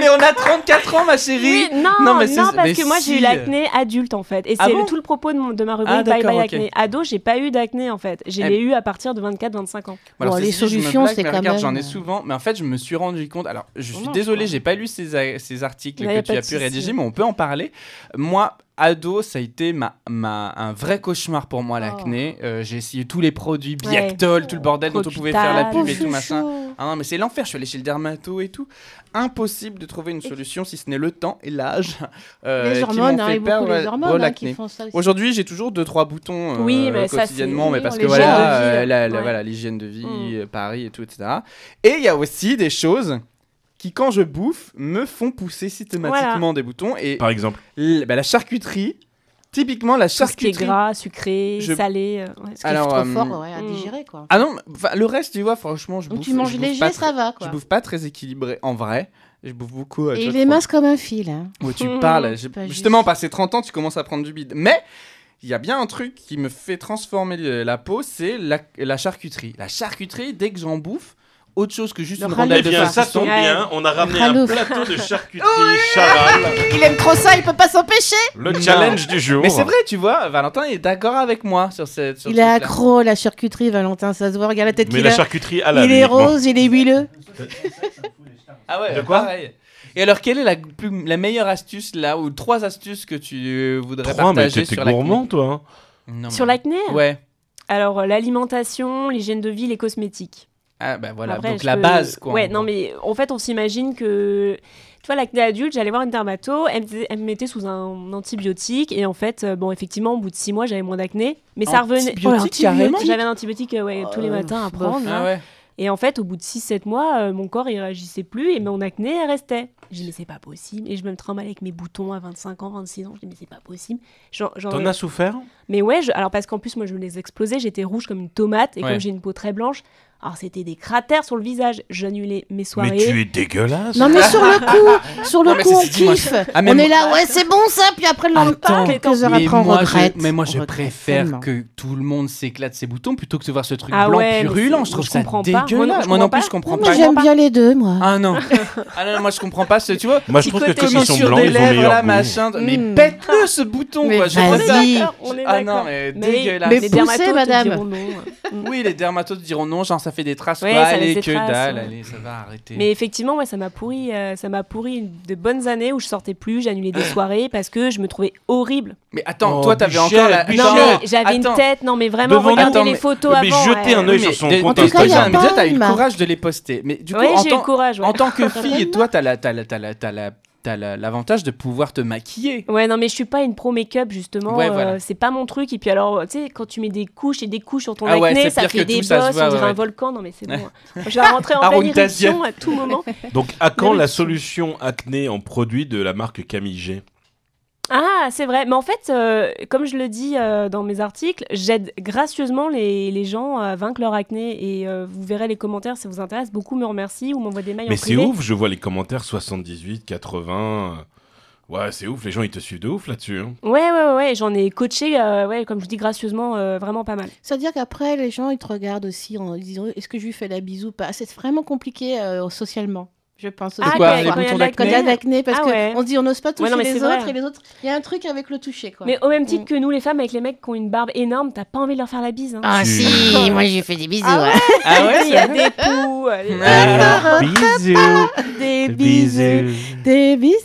C: Mais on a 34 ans, ma chérie
A: Oui, non,
C: Non,
A: non,
C: mais c'est-
A: parce
C: mais
A: que moi j'ai
C: si.
A: eu l'acné adulte en fait. Et
C: Ah
A: c'est
C: bon
A: le- tout le propos de, mon- de ma rubrique
C: Ah,
A: Bye
C: d'accord,
A: Bye
C: ok.
A: Acné. Ado, j'ai pas eu d'acné en fait. J'ai
C: Eh.
A: l'ai eu à partir de 24-25 ans.
C: Bon, alors,
D: Bon, les
C: ceci dit, je me
D: solutions,
C: blague,
D: c'est
C: mais
D: quand
C: regarde, J'en ai
D: même-
C: souvent, mais en fait, je me suis rendu compte. Alors, je suis
D: non,
C: désolé,
D: je
C: j'ai pas lu ces, a- ces articles
A: Non,
C: que
A: y a
C: tu
A: pas de
C: as pu
A: souci.
C: rédiger, mais on peut en parler. Moi, ado, ça a été ma, ma- un vrai cauchemar pour moi, l'acné. Euh, j'ai essayé tous les produits,
A: Ouais.
C: Biactol, tout le bordel dont on pouvait faire
D: Ah,
C: la pub
A: Propital.
C: et tout machin.
D: chouchou.
C: Ah non, mais c'est l'enfer, je suis allé chez le dermato et tout. Impossible de trouver une solution si ce n'est le temps et l'âge. euh,
D: Les
C: qui m'ont
D: hormones, hein,
C: fait
D: et beaucoup
C: perdre,
D: les
C: euh,
D: hormones hein,
C: l'acné.
D: qui font ça. aussi.
C: Aujourd'hui, j'ai toujours deux trois boutons euh,
A: Oui, mais ça,
C: quotidiennement,
A: c'est-
C: mais
A: oui,
C: parce
A: on
C: que
A: les
C: voilà,
A: gère.
C: euh, la- la-
A: Ouais.
C: voilà, l'hygiène de vie,
A: Mm.
C: euh, Paris et tout, etc. Et il y a aussi des choses qui, quand je bouffe, me font pousser systématiquement des boutons. Et
B: Par exemple.
C: l- bah, la charcuterie, typiquement la
A: Tout ce qui est
C: charcuterie.
A: gras, sucré,
C: Je-
A: salé. euh, ouais.
D: Ce qui
C: Alors,
D: est trop
C: euh,
D: fort ouais, à
A: hmm.
D: digérer quoi.
C: Ah non, mais, enfin, le reste, tu vois, franchement, je
D: Mm. Donc
C: bouffe.
D: tu manges
C: je bouffe
D: léger,
C: pas
D: ça va
C: très-
D: quoi.
C: Je bouffe pas très équilibré, en vrai. Je bouffe beaucoup. euh, tu
D: Et
C: vois,
D: il est
C: trop-
D: mince comme un fil. hein.
C: où tu
A: Mmh,
C: parles. j'ai-
D: pas
C: Justement,
D: juste.
C: passé 30 ans, tu commences à prendre du bide. Mais il y a bien un truc qui me fait transformer le- la peau, c'est la, la charcuterie. La charcuterie, dès que j'en bouffe, autre chose que juste
D: Le
C: une
D: râle
C: rondelle
B: Eh
D: de
C: de
B: bien,
D: farce.
B: ça
C: saucisson.
B: tombe
A: Ouais.
B: bien. On a ramené un
D: Ralouf.
B: plateau de charcuterie charal.
D: Il aime trop ça, il peut pas s'empêcher.
B: Le
C: Non.
B: challenge du jour.
C: Mais c'est vrai, tu vois, Valentin est d'accord avec moi sur cette. sur
D: Il
C: ce
D: est
C: truc-là.
D: accro à la charcuterie, Valentin, ça se voit. Regarde la tête
B: Mais
D: qu'il
B: la
D: a.
B: charcuterie ah à la
D: Il est rose, il est huileux.
C: Ah ouais,
B: De quoi
C: pareil. Et alors, quelle est la, plus- la meilleure astuce là, ou trois astuces que tu euh, voudrais
B: 3, mais
C: partager
B: t'étais
C: sur la
B: gourmand, toi. hein.
C: Non, mais-
A: Sur l'acné
C: Ouais.
A: Alors, euh, l'alimentation, l'hygiène de vie, les cosmétiques.
C: Ah, bah voilà,
A: Après,
C: donc
A: je
C: la
A: peux-
C: base, quoi.
A: Ouais, non,
C: en gros.
A: mais en fait, on s'imagine que. Tu vois, l'acné adulte, j'allais voir une dermato, elle me, disait- elle me mettait sous un antibiotique, et en fait, euh, bon, effectivement, au bout de six mois, j'avais moins d'acné, mais ça revenait.
C: Antibiotique, carrément
A: J'avais un antibiotique euh, ouais, tous les
D: Euh,
A: matins à
D: bof.
A: prendre. hein.
C: Ah ouais.
A: Et en fait, au bout de 6-7 mois, euh, mon corps, il réagissait plus et mon acné, elle restait. Je dis, mais c'est pas possible. Et je me tremble avec mes boutons à 25 ans, 26 ans. Je dis, mais c'est pas possible. Genre, genre-
B: T'en as souffert
A: Mais ouais, je- alors parce qu'en plus, moi, je me les explosais. J'étais rouge comme une tomate et
C: Ouais.
A: comme j'ai une peau très blanche. Alors, c'était des cratères sur le visage. J'annulais mes soirées.
B: Mais tu es dégueulasse
D: Non, mais sur le coup, sur
C: Non,
D: le
C: mais
D: coup,
C: c'est-
D: on
C: c'est- moi,
D: kiffe.
C: Ah, mais
D: on
C: moi-
D: est là, ouais, c'est bon ça. Puis après, le lendemain,
C: Attends,
D: quelques heures après, on
C: moi,
D: regrette.
C: Je, mais moi, je
D: On regrette
C: préfère
D: tellement.
C: que tout le monde s'éclate ses boutons plutôt que de voir ce truc
A: Ah
C: blanc
A: ouais, mais
C: purulent.
A: c'est-
C: Je trouve
A: je
C: ça
A: comprends pas. Moi non,
C: dégueulasse.
A: je
C: Moi non
A: comprends
C: plus,
A: pas.
C: je comprends
D: Moi,
C: pas.
D: j'aime bien les deux, moi.
C: Ah non. ah non, moi je comprends pas ce. Tu vois,
B: Moi, je trouve
A: Petit
B: que
A: côté
B: ceux qui sont
C: sur
B: blancs,
C: des
B: ils ont
C: lèvres,
B: meilleur
C: là,
B: goût.
C: machin. de- Mais
D: Mm.
C: pète-le ce bouton,
D: Mais
C: quoi. je trouve
A: On est
C: ça-
D: Vas-y.
A: d'accord, on est
C: Ah non,
A: d'accord.
C: mais
A: mais,
C: dégueulasse.
A: mais
D: Mais
A: les dermatos
D: poussez,
A: te
D: madame.
A: diront non.
C: Oui, les dermatos te diront non, genre ça fait des traces.
A: Ouais,
C: Bah,
A: ça laisse
C: allez,
A: des
C: que
A: traces,
C: dalle,
A: ouais.
C: allez, ça va arrêter.
A: Mais effectivement, ouais, ça m'a pourri, euh, ça m'a pourri une- de bonnes années où je sortais plus, j'annulais des soirées parce que je me trouvais horrible.
C: Mais attends,
B: Oh,
C: toi t'avais
B: Michel,
C: encore la.
B: Michel.
A: Non
B: Genre,
A: mais j'avais une
C: attends.
A: tête, non mais vraiment
B: Devant nous.
A: regardez
C: Attends,
A: les
C: mais-
A: photos
B: mais
A: avant.
B: jetez un
A: ouais.
B: œil
C: Oui,
B: sur
C: mais
B: son
C: des-
B: compte
C: des-
D: En tout cas, il y a
B: Instagram.
C: Mais déjà,
D: pas
C: t'as eu le
D: une
C: courage de les poster. Mais du coup,
A: Ouais,
C: en,
A: j'ai eu le
C: tant,
A: courage. Ouais.
C: en tant que fille, toi, t'as la, t'as la, t'as la, t'as la, t'as la- l'avantage de pouvoir te maquiller.
A: Ouais, non mais je suis pas une pro make-up justement,
C: Ouais,
A: euh,
C: voilà.
A: c'est pas mon truc. Et puis alors, tu sais, quand tu mets des couches et des couches sur ton
C: Ah ouais,
A: acné,
C: c'est
A: ça
C: pire
A: fait
C: que
A: des
C: tout, ça se
A: bosses,
C: voit,
A: on dirait
C: ouais.
A: un volcan. Non mais c'est bon. hein. Je vais rentrer en pleine
C: Arundhasien.
A: éruption à tout moment.
B: Donc, à quand
A: mais-
B: la solution acné en produit de la marque Camille G
A: Ah, c'est vrai. Mais en fait, euh, comme je le dis euh, dans mes articles, j'aide gracieusement les, les gens à vaincre leur acné. Et euh, vous verrez les commentaires si ça vous intéresse. Beaucoup me remercient ou m'envoient des mails
B: Mais
A: en
B: c'est
A: privé.
B: ouf, je vois les commentaires 78, 80. euh, Ouais, c'est ouf, les gens ils te suivent de ouf là-dessus. hein.
A: Ouais, ouais, ouais. ouais, J'en ai coaché, euh, ouais, comme je dis, gracieusement, euh, vraiment pas mal.
D: C'est-à-dire qu'après, les gens, ils te regardent aussi en disant est-ce que je lui fais la bisou ou pas Ah, C'est vraiment compliqué euh, socialement, je pense.
C: Ah,
D: aussi.
C: quoi,
A: quand- quand
C: les
A: il y a
C: boutons
A: de
D: Quand il y a de l'acné, parce
A: Ah ouais.
D: qu'on se dit on n'ose pas toucher
A: non, mais
D: les
A: c'est
D: autres
A: vrai.
D: et les autres. Il y a un truc avec le toucher, quoi.
A: Mais au même titre
D: Mm.
A: que nous, les femmes, avec les mecs qui ont une barbe énorme, t'as pas envie de leur faire la bise. hein.
D: Ah
B: Tu-
D: si, moi j'ai fait des bisous.
A: Ah
D: ouais.
C: Ah
A: Il y a
C: ouais
A: des poux, euh,
B: Bisous,
D: hein. des bisous. Des bisous.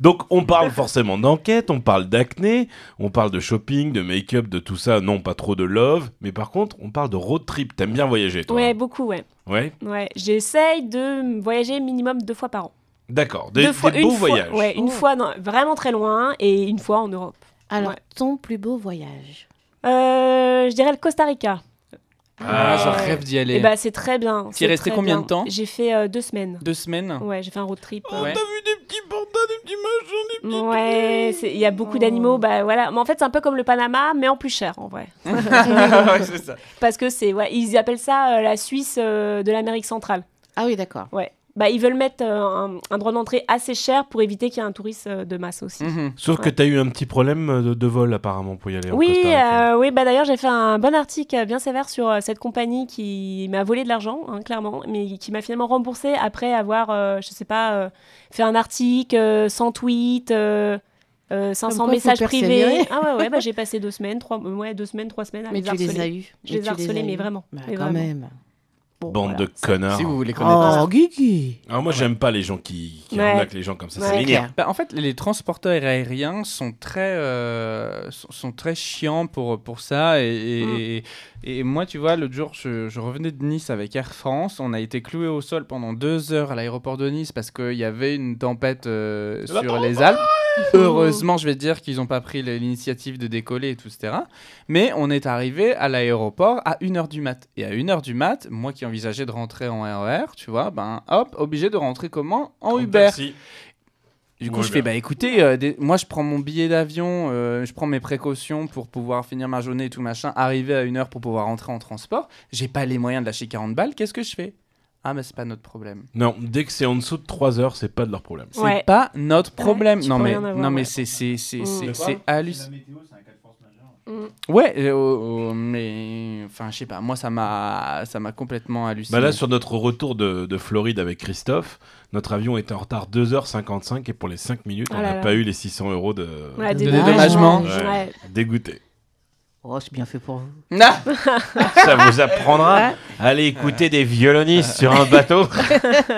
B: Donc on parle forcément d'enquête, on parle d'acné, on parle de shopping, de make-up, de tout ça. Non, pas trop de love, mais par contre on parle de road trip. T'aimes bien voyager, toi
A: Ouais,
B: hein
A: beaucoup, ouais.
B: Ouais.
A: ouais. J'essaye de voyager minimum deux fois par an.
B: D'accord. Des,
A: deux fois,
B: des
A: une
B: beaux
A: fois,
B: voyages.
A: Ouais, une
D: Oh.
A: fois dans- vraiment très loin et une fois en Europe.
D: Alors,
A: Ouais.
D: ton plus beau voyage
A: Euh, je dirais le Costa Rica.
C: Ah,
B: Ah.
C: je rêve d'y aller.
A: Et bah c'est très bien.
C: T'y
A: c'est
C: es resté
A: très
C: combien
A: bien.
C: de temps
A: J'ai fait euh, deux semaines.
C: Deux semaines
A: Ouais, j'ai fait un road trip. euh.
C: Ouais.
B: vu des petits pandas, des petits machins, des
A: Ouais, c'est- il y a
D: Oh.
A: beaucoup d'animaux, bah voilà. Mais en fait, c'est un peu comme le Panama, mais en plus cher, en vrai.
D: Ah
C: Ouais, c'est ça.
A: Parce que c'est, ouais, ils appellent ça euh, la Suisse euh, de l'Amérique centrale.
D: Ah oui, d'accord.
A: Bah, ils veulent mettre euh, un, un droit d'entrée assez cher pour éviter qu'il y ait un touriste euh, de masse aussi.
C: Mhm.
B: Sauf que t'as eu un petit problème euh, de, de vol apparemment pour y aller. au
A: Oui,
B: Costa Rica.
A: euh, oui, bah d'ailleurs j'ai fait un bon article euh, bien sévère sur euh, cette compagnie qui m'a volé de l'argent, hein, clairement, mais qui m'a finalement remboursé après avoir, euh, je sais pas, euh, fait un article, euh, 100 tweets, euh, euh, 500
D: quoi, faut
A: messages privés.
D: persévérer.
A: Ah ouais, ouais, bah, j'ai passé deux semaines, trois, euh, ouais, deux semaines, trois semaines à
D: Mais
A: les
D: tu
A: harceler.
D: les as eus.
A: Je
D: Mais
A: les
D: tu
A: harcelais,
D: as
A: mais
D: eus.
A: vraiment.
D: Bah,
A: mais
D: quand
A: vraiment.
D: même.
A: Bon,
B: Bande
A: voilà.
B: de connards.
C: Si vous voulez connaître.
D: Oh, Guigui
B: Alors moi j'aime pas les gens qui, qui
A: Ouais.
B: arnaquent les gens comme ça.
A: Ouais.
B: Ça m'énerve.
C: Bah, en fait, les transporteurs aériens sont très, euh, sont, sont très chiants pour, pour ça. Et, et- et moi, tu vois, l'autre jour, je, je revenais de Nice avec Air France. On a été cloués au sol pendant deux heures à l'aéroport de Nice parce qu'il y avait une tempête euh,
B: La
C: sur les Alpes. Heureusement, je vais te dire qu'ils n'ont pas pris le- l'initiative de décoller et tout, etc. Mais on est arrivé à l'aéroport à 1h du mat. Et à 1h du mat, moi qui envisageais de rentrer en RER, tu vois, ben hop, obligé de rentrer comment En Uber.
B: Merci.
C: Du coup,
B: Ouais,
C: je
B: bah.
C: fais, bah écoutez, euh, des- moi je prends mon billet d'avion, euh, je prends mes précautions pour pouvoir finir ma journée et tout machin, arriver à une heure pour pouvoir rentrer en transport. J'ai pas les moyens de lâcher 40 balles, qu'est-ce que je fais Ah, mais c'est pas notre problème.
B: Non, dès que c'est en dessous de 3 heures, c'est pas de leur problème.
C: C'est
A: Ouais.
C: pas notre problème.
A: tu
C: non,
A: peux
C: mais,
A: rien avoir,
C: non,
A: ouais.
C: mais c'est c'est- c'est-
A: Mm.
C: c'est-
A: De
C: c'est hallucinant.
A: Mm.
C: Ouais, euh, oh, oh, mais enfin, je sais pas, moi ça m'a ça m'a complètement halluciné.
B: Bah là, sur notre retour de, de Floride avec Christophe, notre avion était en retard 2h55 et pour les 5 minutes,
A: Ah
B: on
A: là
B: n'a
A: là.
B: pas eu les 600 euros de...
A: Ouais,
D: De
A: dédommagement.
C: dédommagement.
B: Ouais.
A: Ouais.
B: Dégoûté.
D: Oh, c'est bien fait pour vous.
C: Ah
B: Ça vous apprendra à aller écouter des violonistes sur un bateau.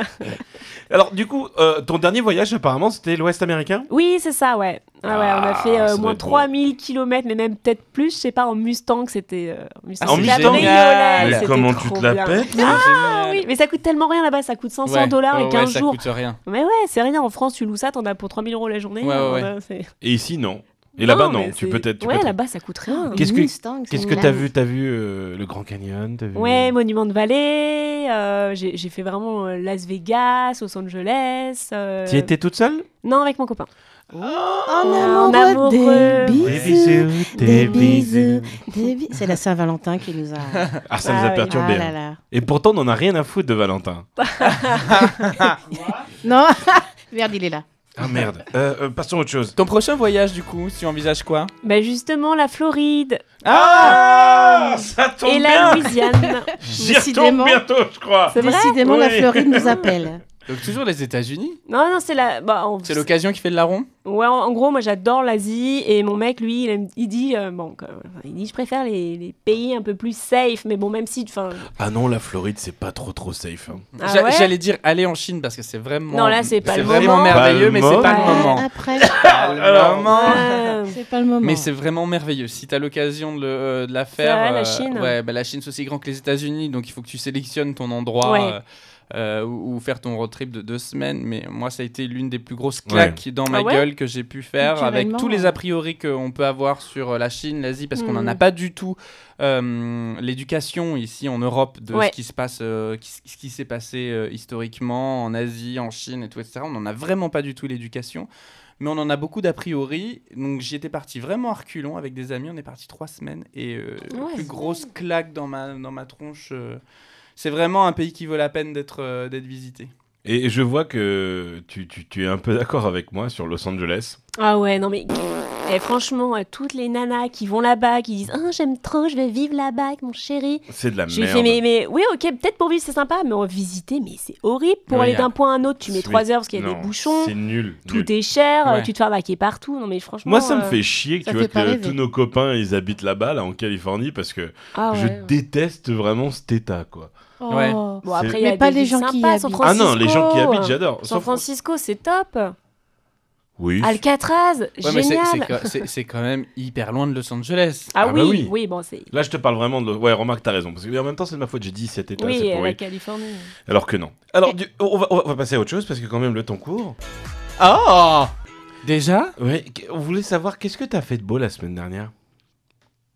B: Alors, du coup, euh, ton dernier voyage, apparemment, c'était l'Ouest américain
A: Oui, c'est ça, ouais. Ah ouais, on a
B: Ah,
A: fait euh,
B: ça doit
A: moins
B: être beau.
A: 3000 km, mais même peut-être plus, je sais pas, en Mustang, c'était. euh, Mustang,
B: Ah, en
A: c'était la
B: Mustang Ah,
A: briolet,
C: Mais
A: c'était
B: comment tu
A: trop
B: te la
A: bien.
B: pètes
A: Ah oui, mais ça coûte tellement rien là-bas, ça coûte 500 dollars et 15
C: ouais,
A: jours.
C: Ça coûte rien.
A: Mais ouais, c'est rien, en France, tu loues ça, t'en as pour 3000 euros la journée.
C: Ouais, ouais,
A: euh,
C: ouais.
A: voilà, c'est-
B: Et ici, non. Et là-bas, non.
A: Oh, mais
B: Tu
A: c'est-
B: peux être. tu
A: Ouais,
B: peux
A: là-bas, ça coûte rien.
B: Qu'est-ce que-
D: Mustang, c'est
B: Qu'est-ce
D: une
B: que t'as
D: lame.
B: vu T'as vu euh, le Grand Canyon T'as vu-
A: Ouais, Monument de Vallée, euh, j'ai j'ai fait vraiment euh, Las Vegas, Los Angeles. euh,
B: T'y étais toute seule
A: Non, avec mon copain.
D: En
A: En
D: Oh, amoureux,
A: amoureux.
D: des bisous.
B: des
D: des
B: bisous.
D: bisous. des bi- C'est la Saint-Valentin qui nous a...
B: Ah, ça
A: Ah
B: nous a
A: oui.
B: perturbés.
D: Ah
B: hein.
D: là là.
B: Et pourtant, on n'en a rien à foutre de Valentin.
D: Non, merde, il est là.
B: Ah merde. Euh, euh, passons à autre chose.
C: Ton prochain voyage, du coup, tu envisages quoi
A: Bah justement, la Floride
B: Ah Ça tombe
A: et la
B: bien
A: Louisiane.
B: J'y retourne
D: Décidément.
B: bientôt, je crois.
A: C'est vrai
D: Décidément, la
B: Oui.
D: Floride nous appelle.
C: Donc, toujours les États-Unis
A: Non, non, c'est la. Bah, on-
C: C'est l'occasion qui fait de la ronde
A: Ouais, en, en gros, moi j'adore l'Asie et mon mec, lui, il, aime- il dit, euh, bon, que- il dit, je préfère les, les pays un peu plus safe, mais bon, même si, enfin,
B: Ah non, la Floride, c'est pas trop trop safe. hein.
A: Ah
C: J'a-
A: ouais
C: J'allais dire aller en Chine parce que c'est vraiment.
A: Non, là, c'est pas le
C: vraiment
A: moment.
C: merveilleux, mais c'est
B: Pas
C: pas
A: le
C: le
A: moment.
C: moment.
D: Après,
C: Pas le
B: Alors,
C: moment.
A: euh,
D: c'est pas le moment.
C: Mais c'est vraiment merveilleux. Si tu as l'occasion de, le- euh, de la faire.
A: vrai, la
C: euh,
A: Chine.
C: Ouais, bah, la Chine, c'est aussi grand que les États-Unis, donc il faut que tu sélectionnes ton endroit.
A: Ouais.
C: euh, euh, où, où faire ton road trip de deux semaines, mais moi ça a été l'une des plus grosses claques dans ma
A: Ah ouais hein.
C: gueule que j'ai pu faire avec
D: Culturellement,
C: tous les
D: ouais.
C: a priori qu'on peut avoir sur euh, la Chine, l'Asie, parce qu'on
A: Hmm.
C: n'en a pas du tout euh, l'éducation ici en Europe de
A: Ouais.
C: ce qui se passe, euh, qui s- ce qui s'est passé euh, historiquement en Asie, en Chine et tout, etc. On n'en a vraiment pas du tout l'éducation. Mais on en a beaucoup d'a priori, donc j'y étais parti vraiment à reculons avec des amis. On est parti trois semaines et euh,
A: Ouais,
C: plus
A: c'est
C: grosse claque dans ma, dans ma tronche. euh, c'est vraiment un pays qui vaut la peine d'être euh, d'être visité.
B: Et je vois que tu, tu- tu es un peu d'accord avec moi sur Los Angeles.
A: Ah ouais, non mais. Et franchement, euh, toutes les nanas qui vont là-bas, qui disent Ah, j'aime trop, je vais vivre là-bas avec mon chéri.
B: C'est de la
A: J'ai
B: Ah, merde.
A: fait, mais, mais oui, ok, peut-être pour vivre, c'est sympa, mais en visiter, mais c'est horrible. Pour
C: Oui,
A: aller
C: y a-
A: d'un point à un autre, tu mets
B: Mais-
A: trois heures parce qu'il y a
B: ah, Non,
A: des bouchons,
B: C'est nul. nul.
A: tout est cher, euh,
C: Ouais.
A: tu te fais arnaquer partout. Non mais franchement.
B: Moi, ça me
A: euh,
B: fait chier que,
D: ça
B: tu vois,
D: fait pas
B: que
D: rêver.
B: tous nos copains, ils habitent là-bas, là, en Californie, parce que
A: Ah ouais.
B: je déteste vraiment cet état, quoi.
D: Oh.
C: Ouais.
A: Bon, après,
B: C'est-
A: il y a
D: Mais pas
A: des
D: les
A: villes
D: gens qui y
A: sympas, San
D: habitent.
B: Ah non, les gens qui
A: Francisco,
B: habitent,
A: euh,
B: j'adore.
A: San Francisco, c'est top.
B: Oui.
A: Alcatraz, génial.
C: c'est quand même hyper loin de Los Angeles.
A: Ah oui,
B: Ah bah oui.
A: oui, bon, c'est.
B: Là, je te parle vraiment de. Ouais, remarque, t'as raison. Parce que en même temps, c'est de ma faute. J'ai dit cet état,
A: Oui,
B: c'est
A: euh, la
B: pourri.
A: Californie.
B: Alors que non. Alors, du- on, va, on va- on va passer à autre chose parce que quand même le temps court.
C: Oh Déjà
B: Ouais. qu- On voulait savoir qu'est-ce que t'as fait de beau la semaine dernière.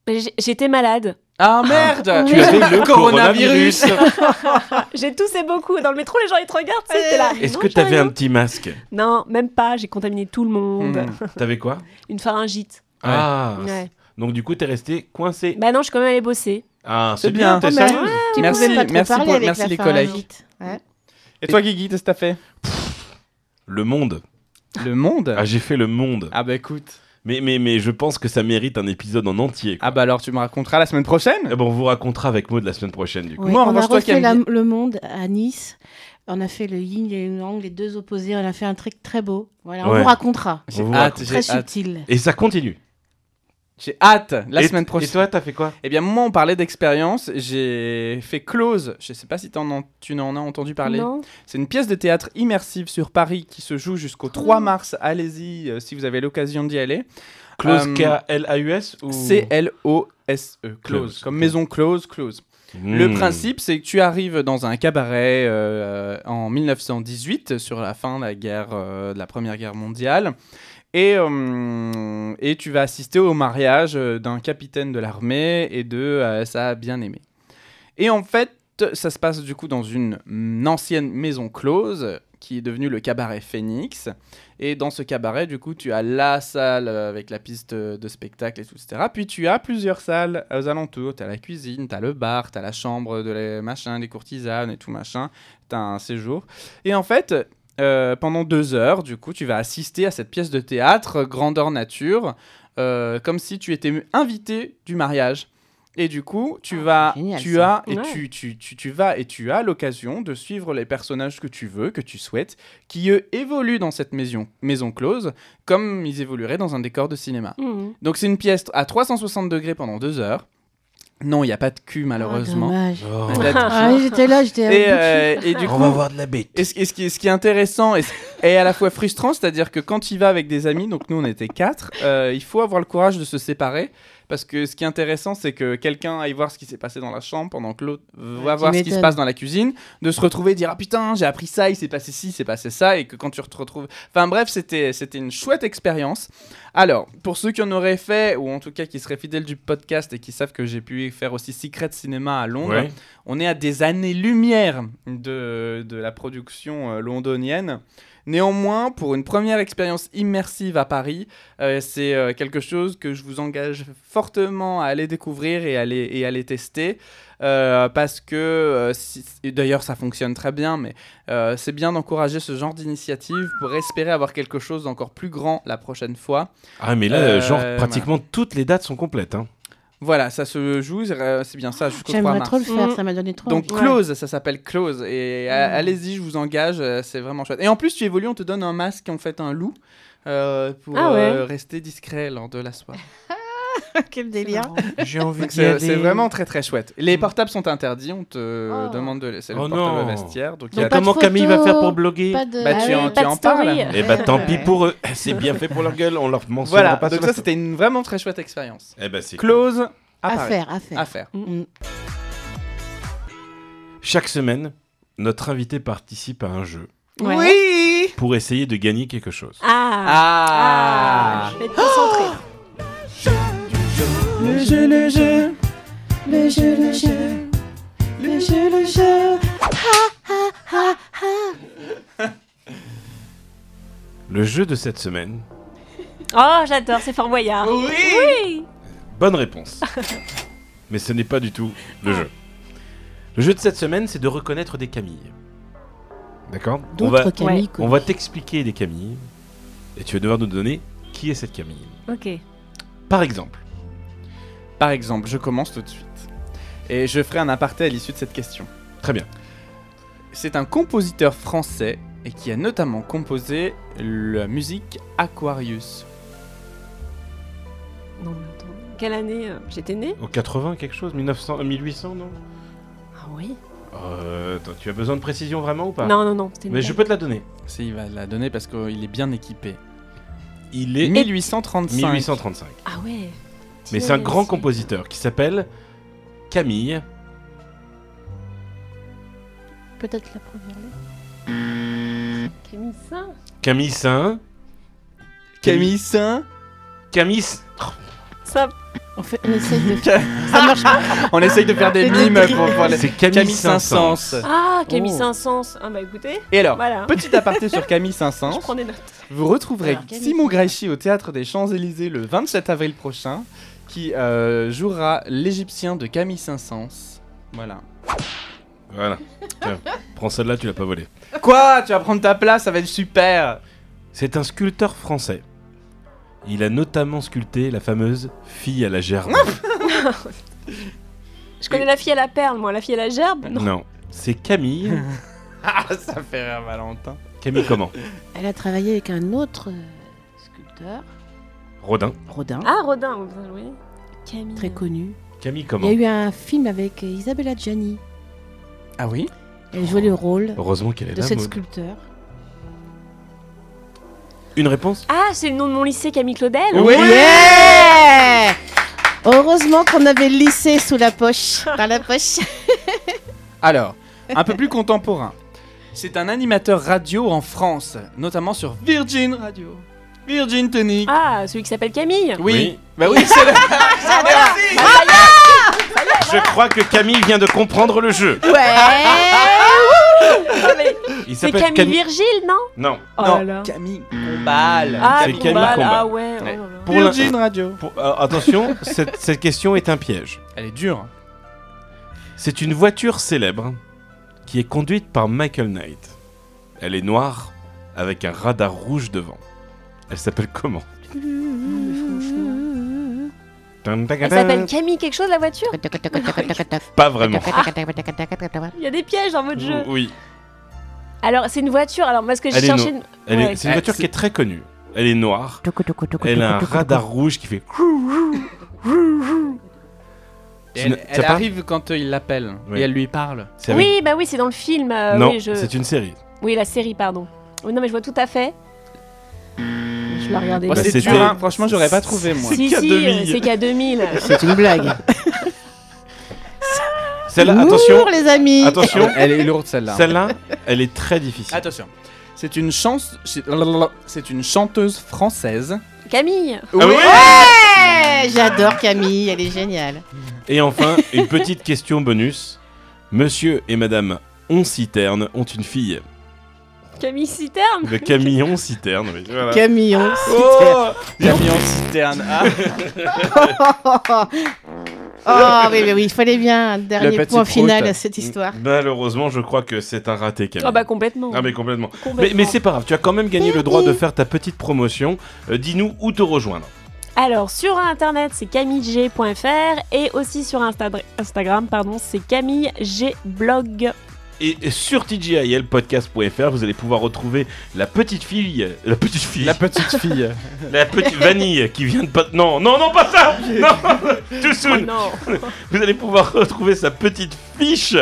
A: Mais j'ai- J'étais malade.
C: Ah merde
D: Tu
B: avais le coronavirus.
A: J'ai toussé beaucoup. Dans le métro, les gens, ils te regardent. tu sais, t'es là.
B: Eh. Est-ce
A: Non,
B: que
A: j'ai
B: t'avais
A: rien.
B: un petit masque
A: Non, même pas. J'ai contaminé tout le monde.
C: Hmm.
B: T'avais quoi
A: Une pharyngite.
B: Ah.
A: Ouais.
B: Donc du coup, t'es resté coincé.
A: Bah non, je suis quand même allée bosser.
B: Ah, c'est
C: C'est
B: bien.
C: bien.
B: T'es
D: Oh, bah,
B: sérieuse
D: Tu
C: Merci-
D: pouvais pas trop
C: merci
D: parler
C: pour-
D: avec
C: merci
D: la
C: les collègues.
D: pharyngite. Ouais.
C: Et toi, Guigui, qu'est-ce que t'as fait
B: Le monde.
C: Le monde
B: Ah, j'ai fait le monde.
C: Ah bah écoute.
B: Mais mais mais je pense que ça mérite un épisode en entier.
C: Ah bah alors, tu me raconteras la semaine prochaine
B: Eh ben, on vous racontera avec Maud la semaine prochaine du coup.
D: Ouais,
C: Moi, en
D: on a
C: revanche, toi qui
D: refait la-
C: aimes
D: le monde à Nice. On a fait le yin et le yang, les deux opposés. On a fait un truc très beau. Voilà, on
B: Ouais.
D: vous racontera.
C: J'ai
B: On vous
C: hâte,
D: Très
C: j'ai hâte.
D: subtil. Oh,
B: Et ça continue.
C: J'ai hâte la
B: Et-
C: semaine
B: Et
C: prochaine.
B: toi, t'as fait quoi
C: Eh bien, moi, on parlait d'expérience. J'ai fait Close. Je sais pas si t'en en- tu n'en as entendu parler.
A: Non.
C: C'est une pièce de théâtre immersive sur Paris qui se joue jusqu'au 3 mars. Allez-y euh, si vous avez l'occasion d'y aller.
B: Close
C: Euh,
B: K-L-A-U-S ou...
C: E. C-L-O-S-E,
B: Close,
C: close, comme
B: ok.
C: maison close, close.
B: Hmm.
C: Le principe, c'est que tu arrives dans un cabaret euh, en 1918, sur la fin de la, guerre, euh, de la Première Guerre mondiale, et, euh, et tu vas assister au mariage euh, d'un capitaine de l'armée et de euh, sa bien-aimée. Et en fait, ça se passe du coup dans une mm, ancienne maison close qui est devenue le cabaret Phoenix. Et dans ce cabaret, du coup, tu as la salle euh, avec la piste euh, de spectacle et tout, etc. Puis tu as plusieurs salles aux alentours. Tu as la cuisine, tu as le bar, tu as la chambre de les machins, des courtisanes et tout machin. Tu as un séjour. Et en fait, euh, pendant deux heures, du coup, tu vas assister à cette pièce de théâtre, euh, grandeur nature, euh, comme si tu étais invité du mariage. Et du coup, tu
D: Ah,
C: vas,
D: c'est génial,
C: tu
D: ça.
C: as, et
A: Ouais.
C: tu, tu, tu, tu vas et tu as l'occasion de suivre les personnages que tu veux, que tu souhaites, qui eux évoluent dans cette maison, maison close, comme ils évolueraient dans un décor de cinéma.
A: Mhm.
C: Donc c'est une pièce à 360 degrés pendant deux heures. Non, il n'y a pas de cul malheureusement.
D: dommage.
B: Oh.
C: Il y a de-
D: Ah, j'étais là, j'étais. à
C: et,
D: bout de
C: euh, et Bah, du
B: On va
C: coup,
B: voir de la bête.
C: et ce, et ce qui, ce qui est intéressant et, ce- et à la fois frustrant, c'est-à-dire que quand il va avec des amis, donc nous on était quatre, euh, il faut avoir le courage de se séparer. Parce que ce qui est intéressant, c'est que quelqu'un aille voir ce qui s'est passé dans la chambre pendant que l'autre va
D: tu
C: voir ce qui se
D: m'étonnes.
C: passe dans la cuisine, de se retrouver et dire Ah putain, j'ai appris ça, il s'est passé ci, il s'est passé ça, et que quand tu te retrouves. Enfin bref, c'était c'était une chouette expérience. Alors, pour ceux qui en auraient fait, ou en tout cas qui seraient fidèles du podcast et qui savent que j'ai pu faire aussi Secret Cinéma à Londres,
B: Ouais.
C: on est à des années-lumière de, de la production euh, londonienne. Néanmoins, pour une première expérience immersive à Paris, euh, c'est euh, quelque chose que je vous engage fortement à aller découvrir et à aller, et à aller tester. euh, parce que, euh, si- et d'ailleurs, ça fonctionne très bien, mais euh, c'est bien d'encourager ce genre d'initiative pour espérer avoir quelque chose d'encore plus grand la prochaine fois.
B: Ah, mais là,
C: Euh,
B: genre,
C: voilà.
B: pratiquement toutes les dates sont complètes. Hein.
C: Voilà, ça se joue, c'est euh, c'est bien ça, jusqu'au 3
D: J'aimerais
C: mars.
D: trop le faire,
A: Mm.
D: ça m'a donné trop
C: Donc
D: envie.
C: close, ça s'appelle close. Et a- allez-y, je vous engage, euh, c'est vraiment chouette. Et en plus, tu évolues, on te donne un masque en fait un loup euh, pour
A: Ah ouais.
C: euh, rester discret lors de la soirée.
D: Quel délire.
B: J'ai envie
C: Donc, C'est c'est vraiment très très chouette. Les
A: Mm.
C: portables sont interdits, on te
D: Oh.
C: demande de laisser le
B: Oh
C: portable
B: non.
C: au vestiaire. Donc, il y
D: Donc,
C: a-
D: pas de
B: Comment Camille va
D: photo,
B: faire pour bloguer
D: Pas de.
C: Bah,
A: Ah
C: tu
A: oui,
C: en-
A: pas de
C: en
A: story.
C: parles.
B: Eh bah, tant
D: Ouais.
B: pis pour eux. C'est bien fait pour leur gueule. On leur mentionnera
C: Voilà,
B: pas
C: donc
B: sur
C: ça
B: la-
C: c'était une vraiment très chouette expérience.
B: Eh bah, c'est cool.
C: Close à,
D: À
C: Paris.
D: faire, à faire.
C: À faire.
B: Chaque semaine, notre invité participe à un jeu
A: Ouais.
C: Oui
B: pour essayer de gagner quelque chose.
A: Ah.
C: Ah,
A: Je vais te concentrer. Ah.
C: Le jeu, le jeu
D: Le jeu, le jeu. Le jeu, le jeu.
B: Le jeu de cette semaine,
A: Oh, j'adore, c'est Fort Boyard.
C: Oui
A: Oui.
B: bonne réponse. Mais ce n'est pas du tout le jeu. Le jeu de cette semaine, c'est de reconnaître des Camilles. D'accord On va,
D: D'autres Camille. quoi.
B: on va t'expliquer des Camilles et tu vas devoir nous donner qui est cette Camille.
A: Ok.
B: Par exemple,
C: Par exemple, je commence tout de suite. Et je ferai un aparté à l'issue de cette question.
B: Très bien.
C: C'est un compositeur français et qui a notamment composé la musique Aquarius.
A: Non, mais attends. Quelle année euh, j'étais née
B: en 80 quelque chose, 1900, euh, 1800 non
A: Ah oui.
B: Euh, attends, tu as besoin de précision vraiment ou pas
A: Non, non, non. c'était une
B: Mais je
A: blague.
B: peux te la donner.
C: Si, il va la donner parce qu'il est bien équipé.
B: Il est
C: 1835.
B: 1835.
A: Ah ouais.
B: Mais c'est un
A: Tiens,
B: grand
A: c'est-
B: compositeur qui s'appelle Camille.
D: Peut-être la première lettre. Camille ça
B: Camille Saint.
C: Camille Saint.
B: Camille. Oh, Saint-
A: Ça.
D: On, fait, on essaye de
C: Ça marche On essaye de faire des
D: Les
C: mimes
D: décrire.
C: pour voir les...
B: C'est Camille,
C: Camille
B: Saint-Saëns.
C: Saint-Saëns.
A: Ah, Camille
B: Oh.
A: Saint-Saëns. Ah bah écoutez,
C: Et alors,
A: voilà.
C: petit aparté sur Camille
A: Je
C: Saint-Saëns.
A: prends des notes.
C: Vous retrouverez
D: Alors, Camille
C: Simon
D: Saint-Saëns.
C: Graichi au théâtre des Champs-Élysées le 27 avril prochain, qui euh, jouera l'Égyptien de Camille Saint-Saëns. Voilà.
B: Voilà. Tiens, prends celle-là, tu l'as pas volée.
C: Quoi Tu vas prendre ta place, ça va être super
B: C'est un sculpteur français. Il a notamment sculpté la fameuse fille à la gerbe.
A: Je connais la fille à la perle, moi. La fille à la gerbe. Non.
B: non. C'est Camille.
C: Ah, ça fait rire Valentin.
B: Camille comment
D: Elle a travaillé avec un autre euh, sculpteur,
B: Rodin.
D: Rodin,
A: Ah, Rodin. oh, putain, Oui. Camille.
D: très connu.
B: Camille
D: Il y
B: comment
D: a eu un film avec Isabella Gianni.
C: Ah oui
D: Elle
B: Oh.
D: jouait le rôle
B: Heureusement qu'elle est
D: de
B: là.
D: cette
B: Maud.
D: sculpteur.
B: Une réponse
A: Ah, c'est le nom de mon lycée, Camille Claudel.
C: Oui.
D: Yeah Heureusement qu'on avait le lycée sous la poche, dans la poche.
C: Alors, un peu plus contemporain. C'est un animateur radio en France, notamment sur Virgin Radio. Virgin Tonic.
A: Ah, celui qui s'appelle Camille.
C: oui.
B: Oui.
C: Bah oui, c'est le... Merci. Ah.
B: Je crois que Camille vient de comprendre le jeu.
D: Ouais
A: Ah, mais
B: Il
A: c'est
B: s'appelle
A: Camille,
B: Camille.
A: Virgile, non
B: Non.
A: Oh
C: Non,
A: là là.
C: Camille Combal.
A: Ah,
B: c'est
A: Combal,
B: Camille Combal.
A: Ah ouais. oh
C: Ouais.
A: là là.
B: Pour
C: Virgin Radio.
B: Pour- euh, attention, cette, cette question est un piège.
C: Elle est dure.
B: C'est une voiture célèbre qui est conduite par Michael Knight. Elle est noire avec un radar rouge devant. Elle s'appelle comment
A: franchement.
E: Elle s'appelle Camille quelque chose la voiture
B: Pas vraiment.
A: Il y a des pièges dans votre jeu.
B: Oui.
E: Alors c'est une voiture. Alors moi ce que j'ai
B: Elle est
E: cherché.
B: Elle
E: Ouais.
B: est- C'est une
C: Ah,
B: voiture
C: c'est-
B: qui est très connue. Elle est noire. Elle a un radar rouge qui fait.
C: Et
B: Tu ne-
C: Elle,
B: t'as
C: elle
B: pas
C: arrive quand euh, il l'appelle
B: Oui.
C: et elle lui parle.
B: C'est avec-
E: Oui, bah oui, c'est dans le film. euh,
B: non,
E: oui, je-
B: c'est une série.
E: oui, la série, pardon. Oui, non, mais je vois tout à fait. Je la regardais.
C: Moi,
B: Bah,
C: c'est
B: c'était-
C: dur, hein. franchement, j'aurais pas trouvé moi.
E: si, si,
B: K2000.
E: euh, c'est qu'à 2000.
D: C'est une blague.
B: Celle-là, attention,
D: Lourd, les amis.
B: attention.
C: Elle est lourde celle-là.
B: Celle-là, elle est très difficile.
C: Attention. C'est une chance. c'est- C'est une chanteuse française.
E: Camille
B: Ah oui
D: Eh, J'adore Camille, elle est géniale.
B: Et enfin, une petite question bonus. Monsieur et Madame Onciterne ont une fille.
E: Camille Citerme
B: Le Camillon Citerne. oui, voilà.
D: Camille, on
B: Oh
C: Camille en citerne. Ah,
D: Oh oui, oui, oui, il fallait bien un dernier
C: petit
D: point
C: prout.
D: final à cette histoire.
B: Malheureusement, je crois que c'est un raté, Camille.
A: Ah bah complètement.
B: Ah mais complètement. Mais,
E: Complètement.
B: mais c'est pas grave, tu as quand même gagné le droit de faire ta petite promotion. Euh, Dis-nous où te rejoindre.
A: Alors sur internet c'est camilleg.fr et aussi sur Instadr- Instagram pardon c'est camillegblog.
B: Et et sur tgilpodcast.fr, vous allez pouvoir retrouver la petite fille, la petite fille,
C: la
B: la,
C: petite fille.
B: petite vanille qui vient de pas. Non, non, non, pas ça. Non, tout
A: Oh
B: soon.
A: non.
B: Vous allez pouvoir retrouver sa petite fiche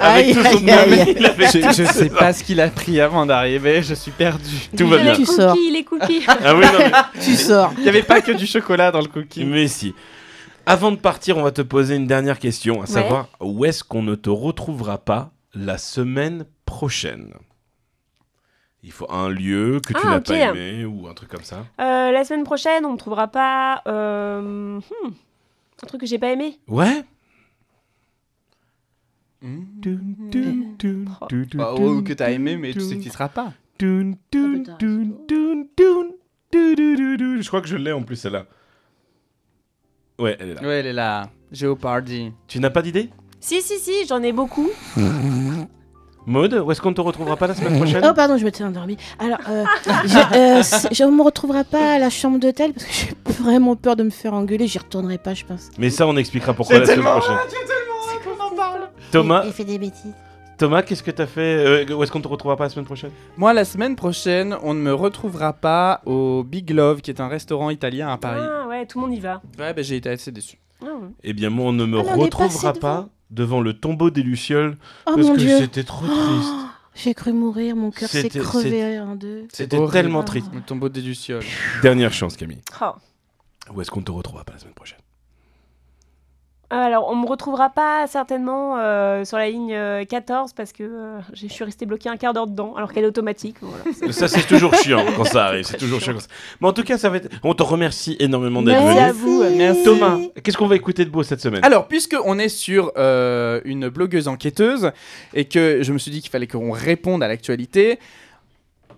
B: avec
D: Aïe,
B: tout son
D: aïe, aïe.
B: mail, avec
C: je,
B: tout-
C: je sais pas ce qu'il a pris avant d'arriver. Je suis perdu.
B: Tout va
E: Les
B: bien.
D: Tu
E: cookies,
D: sors.
E: les cookies.
B: Ah oui, non, mais-
D: Tu sors.
C: Il y avait pas que du chocolat dans le cookie.
B: mais si. Avant de partir, on va te poser une dernière question, à savoir où est-ce qu'on ne te retrouvera pas la semaine prochaine. Il faut un lieu que tu
A: Ah,
B: n'as
A: ok.
B: pas aimé ou un truc comme ça.
A: Euh, la semaine prochaine on ne trouvera pas euh, hmm, un truc que j'ai pas aimé.
B: Ouais.
C: Mm. Bah, ou que t'as aimé, mais tu sais qu'il sera pas.
B: Je crois que je l'ai en plus celle-là. Ouais, elle est là.
C: Ouais, elle est là. Jeopardy.
B: Tu n'as pas d'idée
A: Si si si j'en ai beaucoup.
B: Maude, où est-ce qu'on ne te retrouvera pas la semaine
D: Oh
B: prochaine
D: pardon, je m'étais endormie. Alors, euh, je, euh, c'est- je me retrouverai pas à la chambre d'hôtel parce que j'ai vraiment peur de me faire engueuler. J'y retournerai pas, je pense.
B: Mais ça, on expliquera pourquoi la semaine prochaine. Ah,
A: Ah,
B: Thomas,
D: Il fait des bêtises.
B: Thomas, qu'est-ce que t'as fait Euh, Où est-ce qu'on ne te retrouvera pas la semaine prochaine
C: Moi, la semaine prochaine, on ne me retrouvera pas au Big Love, qui est un restaurant italien à Paris.
A: Ah ouais tout le monde y va.
C: Ouais, bah, j'ai été assez déçu.
A: Ah ouais.
B: Eh bien, moi, on ne me
D: Ah, mais on est
B: retrouvera
D: passé
B: pas devant le tombeau des Lucioles
D: Oh
B: parce
D: mon
B: que
D: dieu.
B: c'était trop triste.
D: Oh, j'ai cru mourir, mon cœur s'est
B: C'était-
D: crevé en deux.
B: C'était
C: horrible.
B: tellement triste.
C: Le tombeau des Lucioles.
D: Ah.
B: Dernière chance, Camille.
A: Oh.
B: Où est-ce qu'on ne te retrouvera pas la semaine prochaine
A: Ah, Alors, on me retrouvera pas certainement euh, sur la ligne euh, 14 parce que euh, je suis restée bloquée un quart d'heure dedans alors qu'elle est automatique. voilà.
B: Ça, c'est toujours chiant quand ça arrive. C'est toujours chiant. quand ça- Mais en tout cas, ça va être... on te remercie énormément d'être
A: Merci à
B: venu.
A: vous.
C: Merci.
B: Thomas, qu'est-ce qu'on va écouter de beau cette semaine
C: Alors, puisque on est sur euh, une blogueuse enquêteuse et que je me suis dit qu'il fallait qu'on réponde à l'actualité,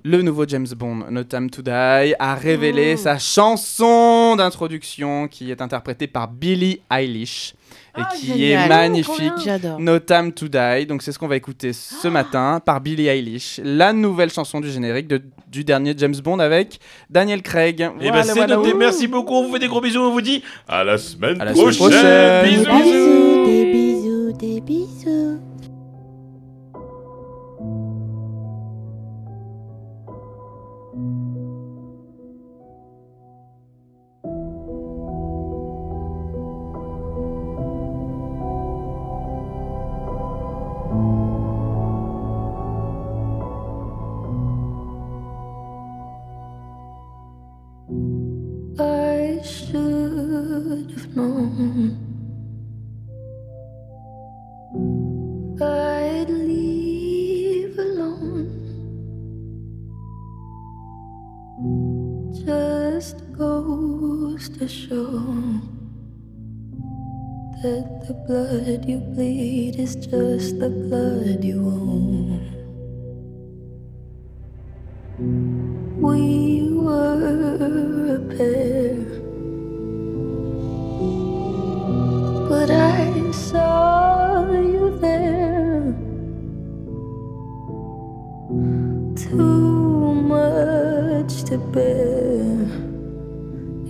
C: le nouveau James Bond, No Time to Die, a révélé
A: Mm.
D: Mmh.
C: sa chanson d'introduction qui est interprétée par Billie Eilish et
D: Ah,
C: qui est
D: génial.
C: magnifique.
D: J'adore.
C: No Time to Die, donc c'est ce qu'on va écouter
D: Ah.
C: ce matin par Billie Eilish, la nouvelle chanson du générique de- du dernier James Bond avec Daniel Craig.
B: Eh
C: Voilà,
B: ben, c'est
C: voilà.
B: noté. Merci beaucoup. On vous fait des gros bisous. On vous dit à la semaine
C: À la semaine
B: prochaine.
C: prochaine.
B: Bisous,
D: Des
B: bisous.
D: bisous, des bisous, des bisous.
F: I should have known I'd leave alone. Just goes to show that the blood you bleed is just the blood you own. We were a pair, but I saw you there. Too much to bear.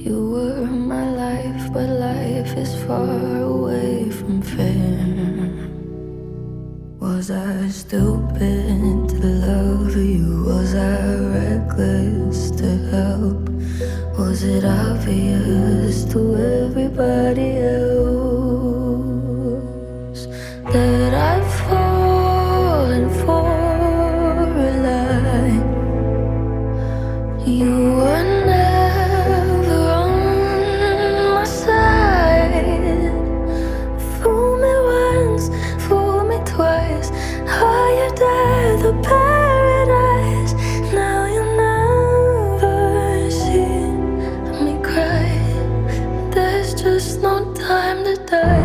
F: You were my life, life, but life is far away from fair. Was I stupid to love you? Was I reckless to help? Was it obvious to everybody else that I've fallen for a lie? You were never on my side. Fool me once, fool me twice. Are you dead the paradise? Now you never see me cry. There's just no time to die.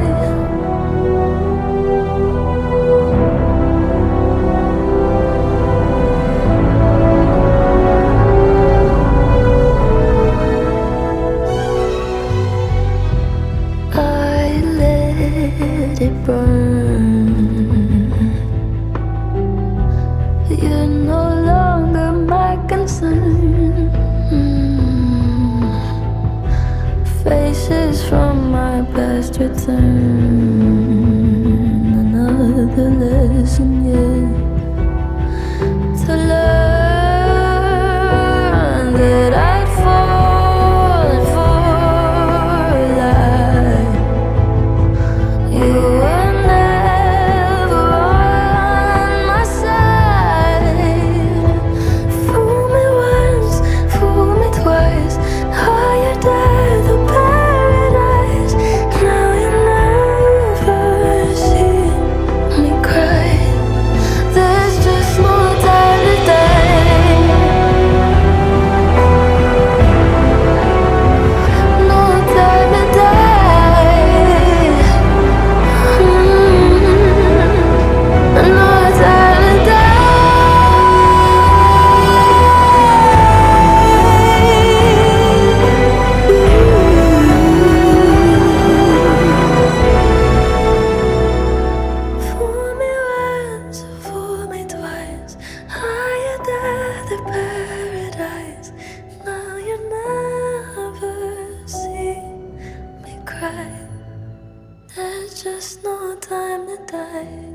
F: I let it burn. You're no longer my concern. Faces from my past return. Another lesson yet to learn that I'd fallen for a lie. You were never on my side. Fool me once, fool me twice. Are you dead the paradise? Now you never see me cry. There's just no time to die. No time to die. Mm-hmm. Paradise. Now you never see me cry. There's just no time to die.